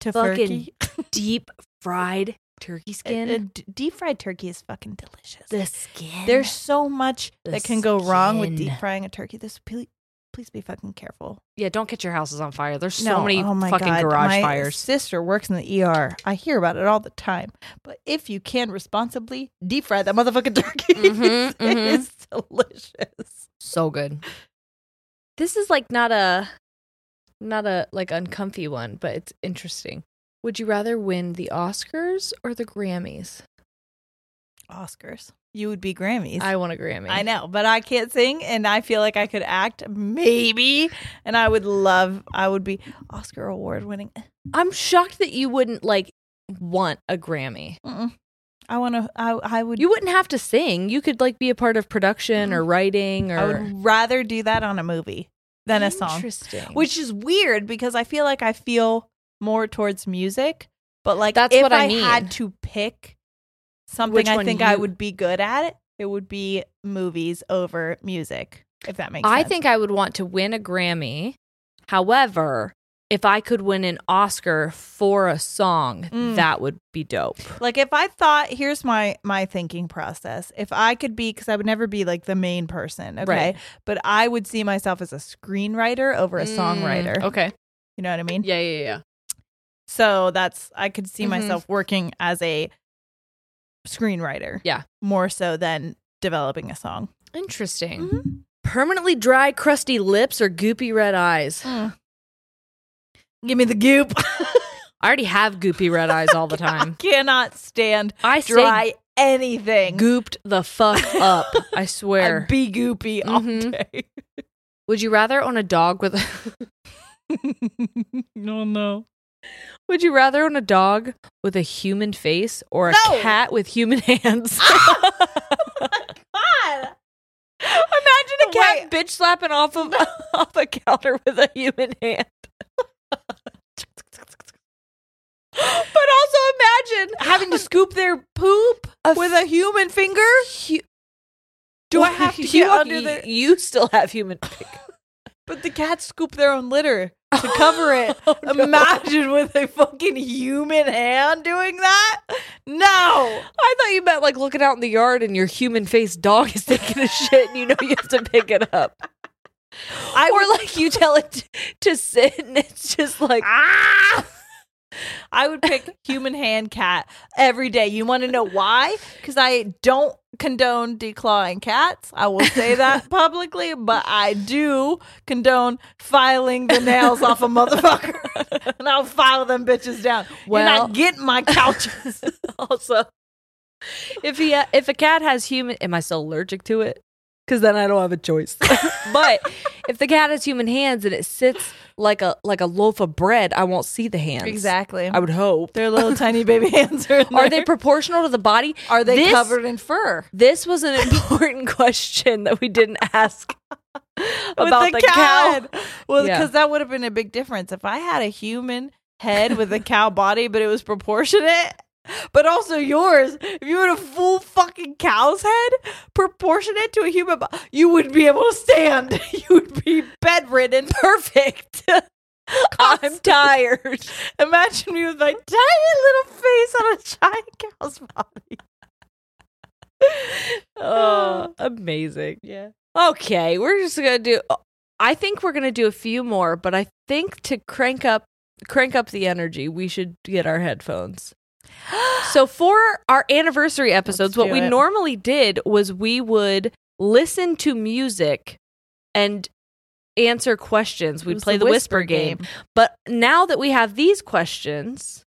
A: to
B: fucking deep fried turkey skin
A: Uh, deep fried turkey is fucking delicious.
B: the skin
A: There's so much
B: The
A: that can go wrong with deep
B: skin.
A: frying a turkey. This please, please be fucking careful.
B: Yeah, don't get your houses on fire. There's so
A: No,
B: many
A: oh my
B: fucking
A: God,
B: garage
A: my
B: fires.
A: Sister works in the ER. I hear about it all the time. But if you can responsibly deep fry that motherfucking turkey,
B: Mhm,
A: it
B: mhm.
A: is delicious.
B: So good. This is like not a not a like uncomfy one, but it's interesting. Would you rather win the Oscars or the Grammys?
A: Oscars, you would be Grammys.
B: I want a Grammy.
A: I know, but I can't sing, and I feel like I could act, maybe. And I would love, I would be Oscar award winning.
B: I'm shocked that you wouldn't like want a Grammy.
A: Mm-mm. I want to. I I would. Mm-hmm.
B: You wouldn't have to sing. You could like be a part of production or writing or
A: I would rather do that on a movie than a song,
B: Interesting.
A: which is weird because I feel like I feel more towards music. But like,
B: That's
A: if
B: what I mean.
A: had to pick something,
B: Which
A: I
B: one
A: think I
B: you-
A: would be good at. It would be movies over music, if that makes
B: I
A: sense.
B: think I would want to win a Grammy. However, if I could win an Oscar for a song,
A: Mm.
B: that would be dope.
A: like if i thought here's my my thinking process if i could be because i would never be like the main person okay
B: Right. Mm,
A: but i would see myself as a screenwriter over a songwriter
B: Okay.
A: you know what i mean
B: Yeah, yeah, yeah.
A: so that's i could see
B: Mhm.
A: myself working as a screenwriter
B: Yeah.
A: more so than developing a song Mm-hmm.
B: Interesting. Mm. Permanently dry, crusty lips or goopy red eyes?
A: give me the goop
B: I already have goopy red eyes all the time.
A: cannot stand
B: I say
A: dry anything
B: gooped the fuck up. I swear.
A: I'd be goopy all
B: Mhm.
A: day
B: would you rather own a dog with?
A: no Oh, no
B: would you rather own a dog with a human face or a
A: No.
B: cat with human hands?
A: god imagine
B: a cat bitch slapping off of off a counter with a human hand.
A: But also imagine having to scoop their poop with a human finger. Do I have to get under the?
B: You still have human.
A: But the cats scoop their own litter to cover it.
B: Oh,
A: Imagine with a fucking human hand doing that. No,
B: I thought you meant like looking out in the yard and your human faced dog is taking a shit and you know you have to pick it up.
A: I
B: or
A: would.
B: like you tell it to, to sit and it's just like
A: ah! I would pick human hand cat every day. You want to know why? Because I don't condone declawing cats. I will say that publicly, but I do condone filing the nails off a motherfucker, and I'll file them bitches down. You're
B: Well-
A: not getting my couches.
B: also if he if a cat has human am I still allergic to it? because then I don't have a choice. but if the cat has human hands and it sits like a like a loaf of bread, I won't see the hands.
A: Exactly.
B: I would hope.
A: Their little tiny baby hands are. in
B: Are they
A: there.
B: proportional to the body?
A: Are they
B: This-
A: covered in fur?
B: This was an important question that we didn't ask
A: With
B: about the, cow.
A: cat. Well,
B: Yeah.
A: because that would have been a big difference if I had a human head with a cow body, but it was proportionate. But also yours, if you had a full fucking cow's head proportionate to a human body, you would be able to stand. You would be bedridden.
B: Perfect. I'm tired.
A: Imagine me with my tiny little face on a giant cow's body.
B: Oh, amazing.
A: Yeah.
B: Okay, we're just gonna do. I think we're gonna do a few more, but I think to crank up, crank up the energy, we should get our headphones. so for our anniversary episodes,
A: Let's
B: what
A: do
B: we
A: it.
B: normally did was we would listen to music and answer questions. We'd
A: was
B: play the, whisper, game. But now that we have these questions,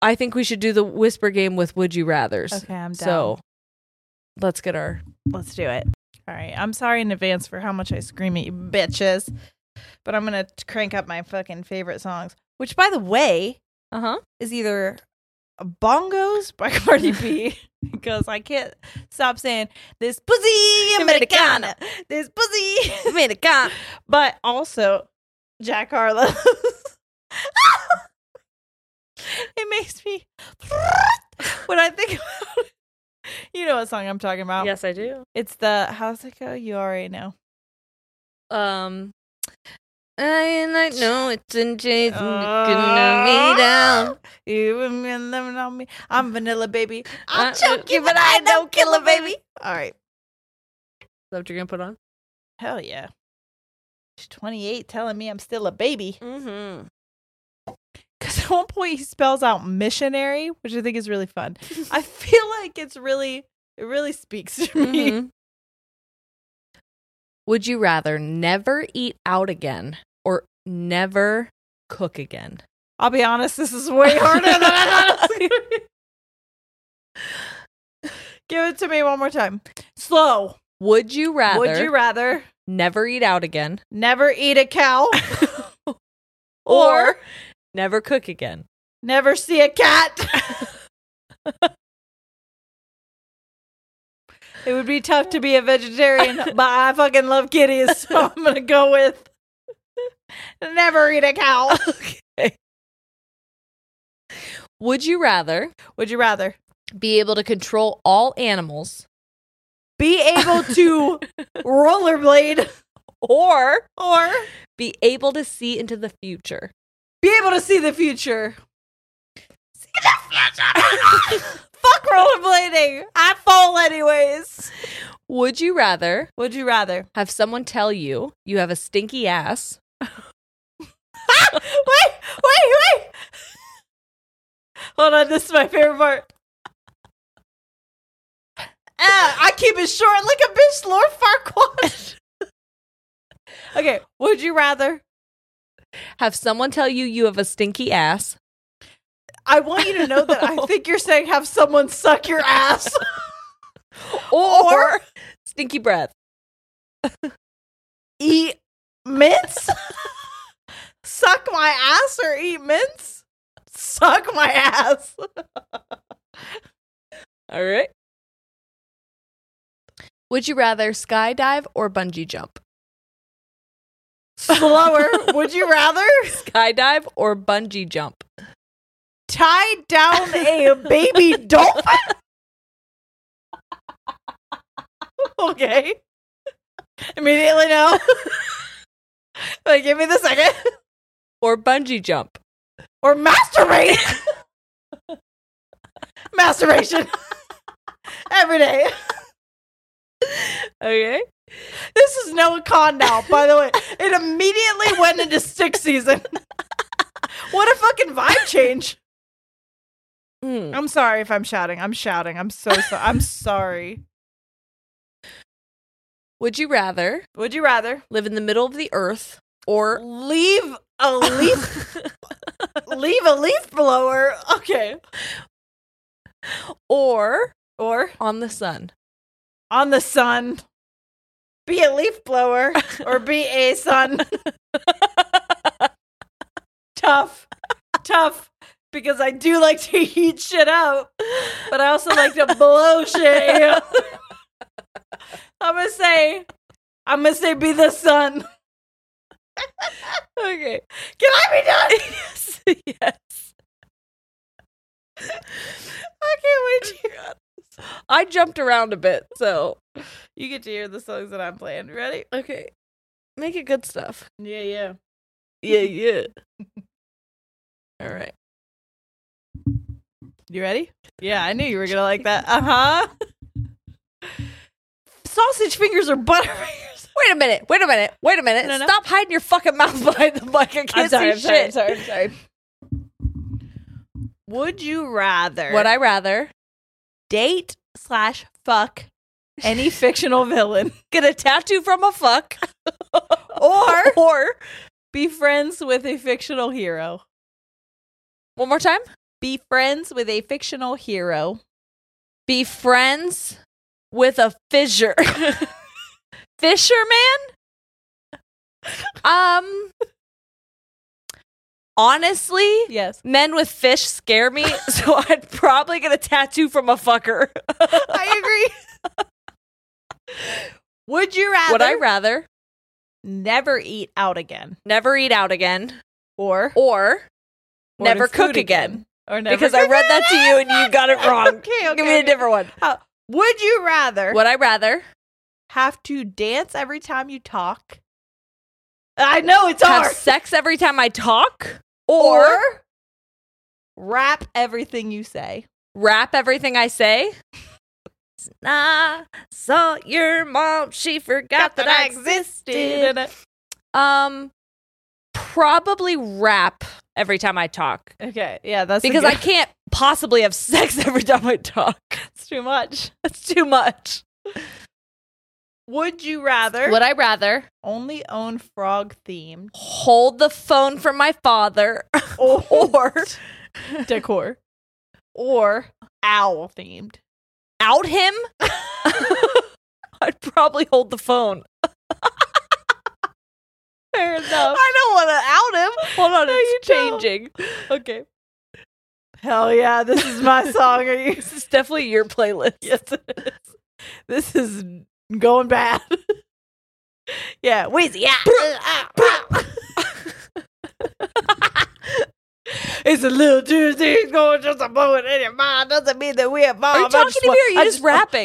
B: I think we should do the whisper game with would you rather's.
A: Okay, I'm down.
B: So let's get our
A: Let's do it. All right. I'm sorry in advance for how much I scream at you bitches, but I'm going to crank up my fucking favorite songs, which, by the way,
B: uh huh.
A: is either Bongos by Cardi B, because I can't stop saying this pussy Americana, this pussy Americana, but also Jack Harlow's. it makes me, when I think about it, you know what song I'm talking about.
B: Yes, I do.
A: It's the how's it go? You already know.
B: Um, and I know it's in Jason
A: Ah.
B: gonna be down.
A: You and me and them and all me. I'm vanilla baby.
B: Uh,
A: I'll choke you, but I don't kill a baby. All right.
B: Is that what you're gonna put on?
A: Hell yeah. She's 28 telling me I'm still a baby.
B: Mm-hmm.
A: Because at one point he spells out missionary, which I think is really fun. I feel like it's really, it really speaks to
B: Mm-hmm.
A: me.
B: Would you rather never eat out again or never cook again?
A: I'll be honest, this is way harder than I thought it was gonna be. Give it to me one more time. Slow.
B: Would you rather
A: Would you rather
B: never eat out again
A: never eat a cow?
B: or never cook again?
A: Never see a cat. it would be tough to be a vegetarian, but I fucking love kitties, so I'm gonna go with never eat a cow.
B: Would you rather
A: Would you rather
B: be able to control all animals
A: be able to rollerblade
B: or
A: or
B: be able to see into the future?
A: be able to see the future? See the future. Fuck rollerblading. I fall anyways.
B: Would you rather
A: Would you rather?
B: have someone tell you you have a stinky ass
A: Ah! wait, wait, wait. Hold on, this is my favorite part. Ah, I keep it short like a bitch, Lord Farquaad. okay, would you rather?
B: have someone tell you you have a stinky ass
A: I want you to know that I think you're saying have someone suck your ass.
B: or, stinky breath
A: eat mints? suck my ass or eat mints? Suck my ass.
B: all right would you rather skydive or bungee jump
A: Slower. would you rather?
B: skydive or bungee jump
A: tie down a baby dolphin? okay. Immediately no. Wait, give me the second.
B: or bungee jump
A: Or masturbate. Masturbation. Every day.
B: okay
A: This is no con now, by the way. It immediately went into stick season. what a fucking vibe change.
B: Mm.
A: I'm sorry if I'm shouting. I'm shouting. I'm so sorry. I'm sorry.
B: would you rather
A: Would you rather
B: live in the middle of the earth or
A: leave a leaf leave a leaf blower? Okay.
B: or
A: Or
B: on the sun
A: on the sun. be a leaf blower or be a son. tough, tough, because I do like to eat shit out, but I also like to blow shit. out. I'm gonna say, I'm gonna say, be the sun.
D: okay.
A: Can I be done?
D: yes. Yes.
A: I can't wait.
D: I jumped around a bit, so
A: To- you get to hear the songs that I'm playing. Ready?
D: okay. Make it good stuff.
A: Yeah, yeah.
D: Yeah, yeah. All right.
E: You ready?
A: Yeah, I knew you were gonna like that. Uh huh. Sausage fingers or butterfingers?
D: Wait a minute. Wait a minute. Wait a minute.
A: No, no.
D: Stop hiding your fucking mouth behind the mic. I can't see shit.
A: I'm sorry. I'm sorry. Would you rather
D: Would I rather
A: date slash fuck any fictional villain
D: get a tattoo from a fuck
A: or or be friends with a fictional hero?
D: one more time?
A: Be friends with a fictional hero.
D: Be friends with a fissure. Fisherman? Um Honestly,
A: Yes,
D: men with fish scare me, so I'd probably get a tattoo from a fucker.
A: I agree. Would you rather
D: Would I rather
A: never eat out again
D: never eat out again
A: or,
D: or
A: or
D: never
A: to food
D: cook again.
A: Or never
D: because I
A: cook
D: read that to you and you got it wrong.
A: Okay, okay.
D: Give me a
A: okay.
D: different one.
A: Would you rather
D: Would I rather
A: have to dance every time you talk? I know it's
D: have
A: hard.
D: sex every time I talk or,
A: Or rap everything you say.
D: rap everything I say? I saw your mom. She forgot that, I existed. Um, probably rap every time I talk
A: Okay, yeah, that's
D: because I can't possibly have sex every time I talk.
A: it's too much.
D: That's too much.
A: Would you rather
D: Would I rather
A: only own frog themed
D: hold the phone from my father
A: or decor or owl themed?
D: out him? I'd probably hold the phone.
A: Fair enough.
D: I don't want to out him. Hold on,
A: No,
D: it's
A: you don't.
D: changing. Okay,
A: Hell yeah, this is my song. Are you?
D: this is definitely your playlist.
A: Yes, it is. This is going bad. yeah, Wheezy. Yeah. Uh, ah, it's a little Tuesday. It's going just a moment in your mind. Doesn't mean that we have mom.
D: Are you talking to me or are you just rapping?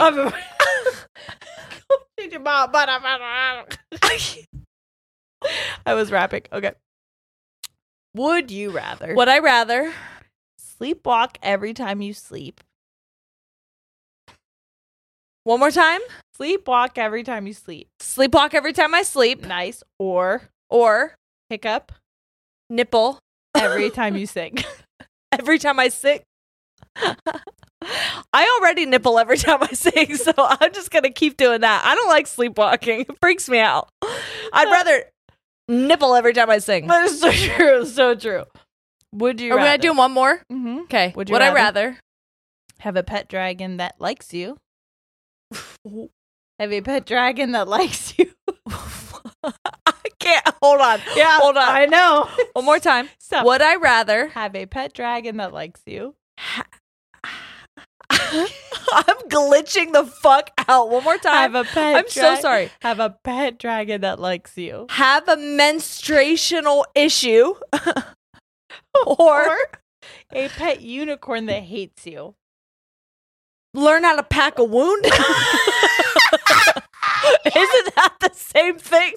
A: your mom, but I'm I was rapping. Okay. Would you rather
D: Would I rather
A: sleepwalk every time you sleep?
D: one more time
A: Sleepwalk every time you sleep.
D: sleepwalk every time I sleep
A: Nice. Or
D: or
A: hiccup
D: nipple
A: every time you sing.
D: every time I sick? I already nipple every time I sing, so I'm just gonna keep doing that. I don't like sleepwalking; it freaks me out. I'd rather nipple every time I sing.
A: That is so true. So true. Would you
D: Are we
A: rather
D: gonna do one more?
E: Mm-hmm.
D: Okay. Would,
A: Would you
D: I rather?
A: have a pet dragon that likes you? have a pet dragon that likes you.
D: I can't. Hold on.
A: Yeah.
D: Hold on.
A: I know.
D: One more time.
A: Stop.
D: Would I rather?
A: Have a pet dragon that likes you.
D: I'm glitching the fuck out. One more
A: Have
D: time.
A: a pet
D: I'm so
A: drag-
D: sorry.
A: Have a pet dragon that likes you.
D: Have a menstruational issue, or,
A: A pet unicorn that hates you.
D: learn how to pack a wound. Isn't that the same thing?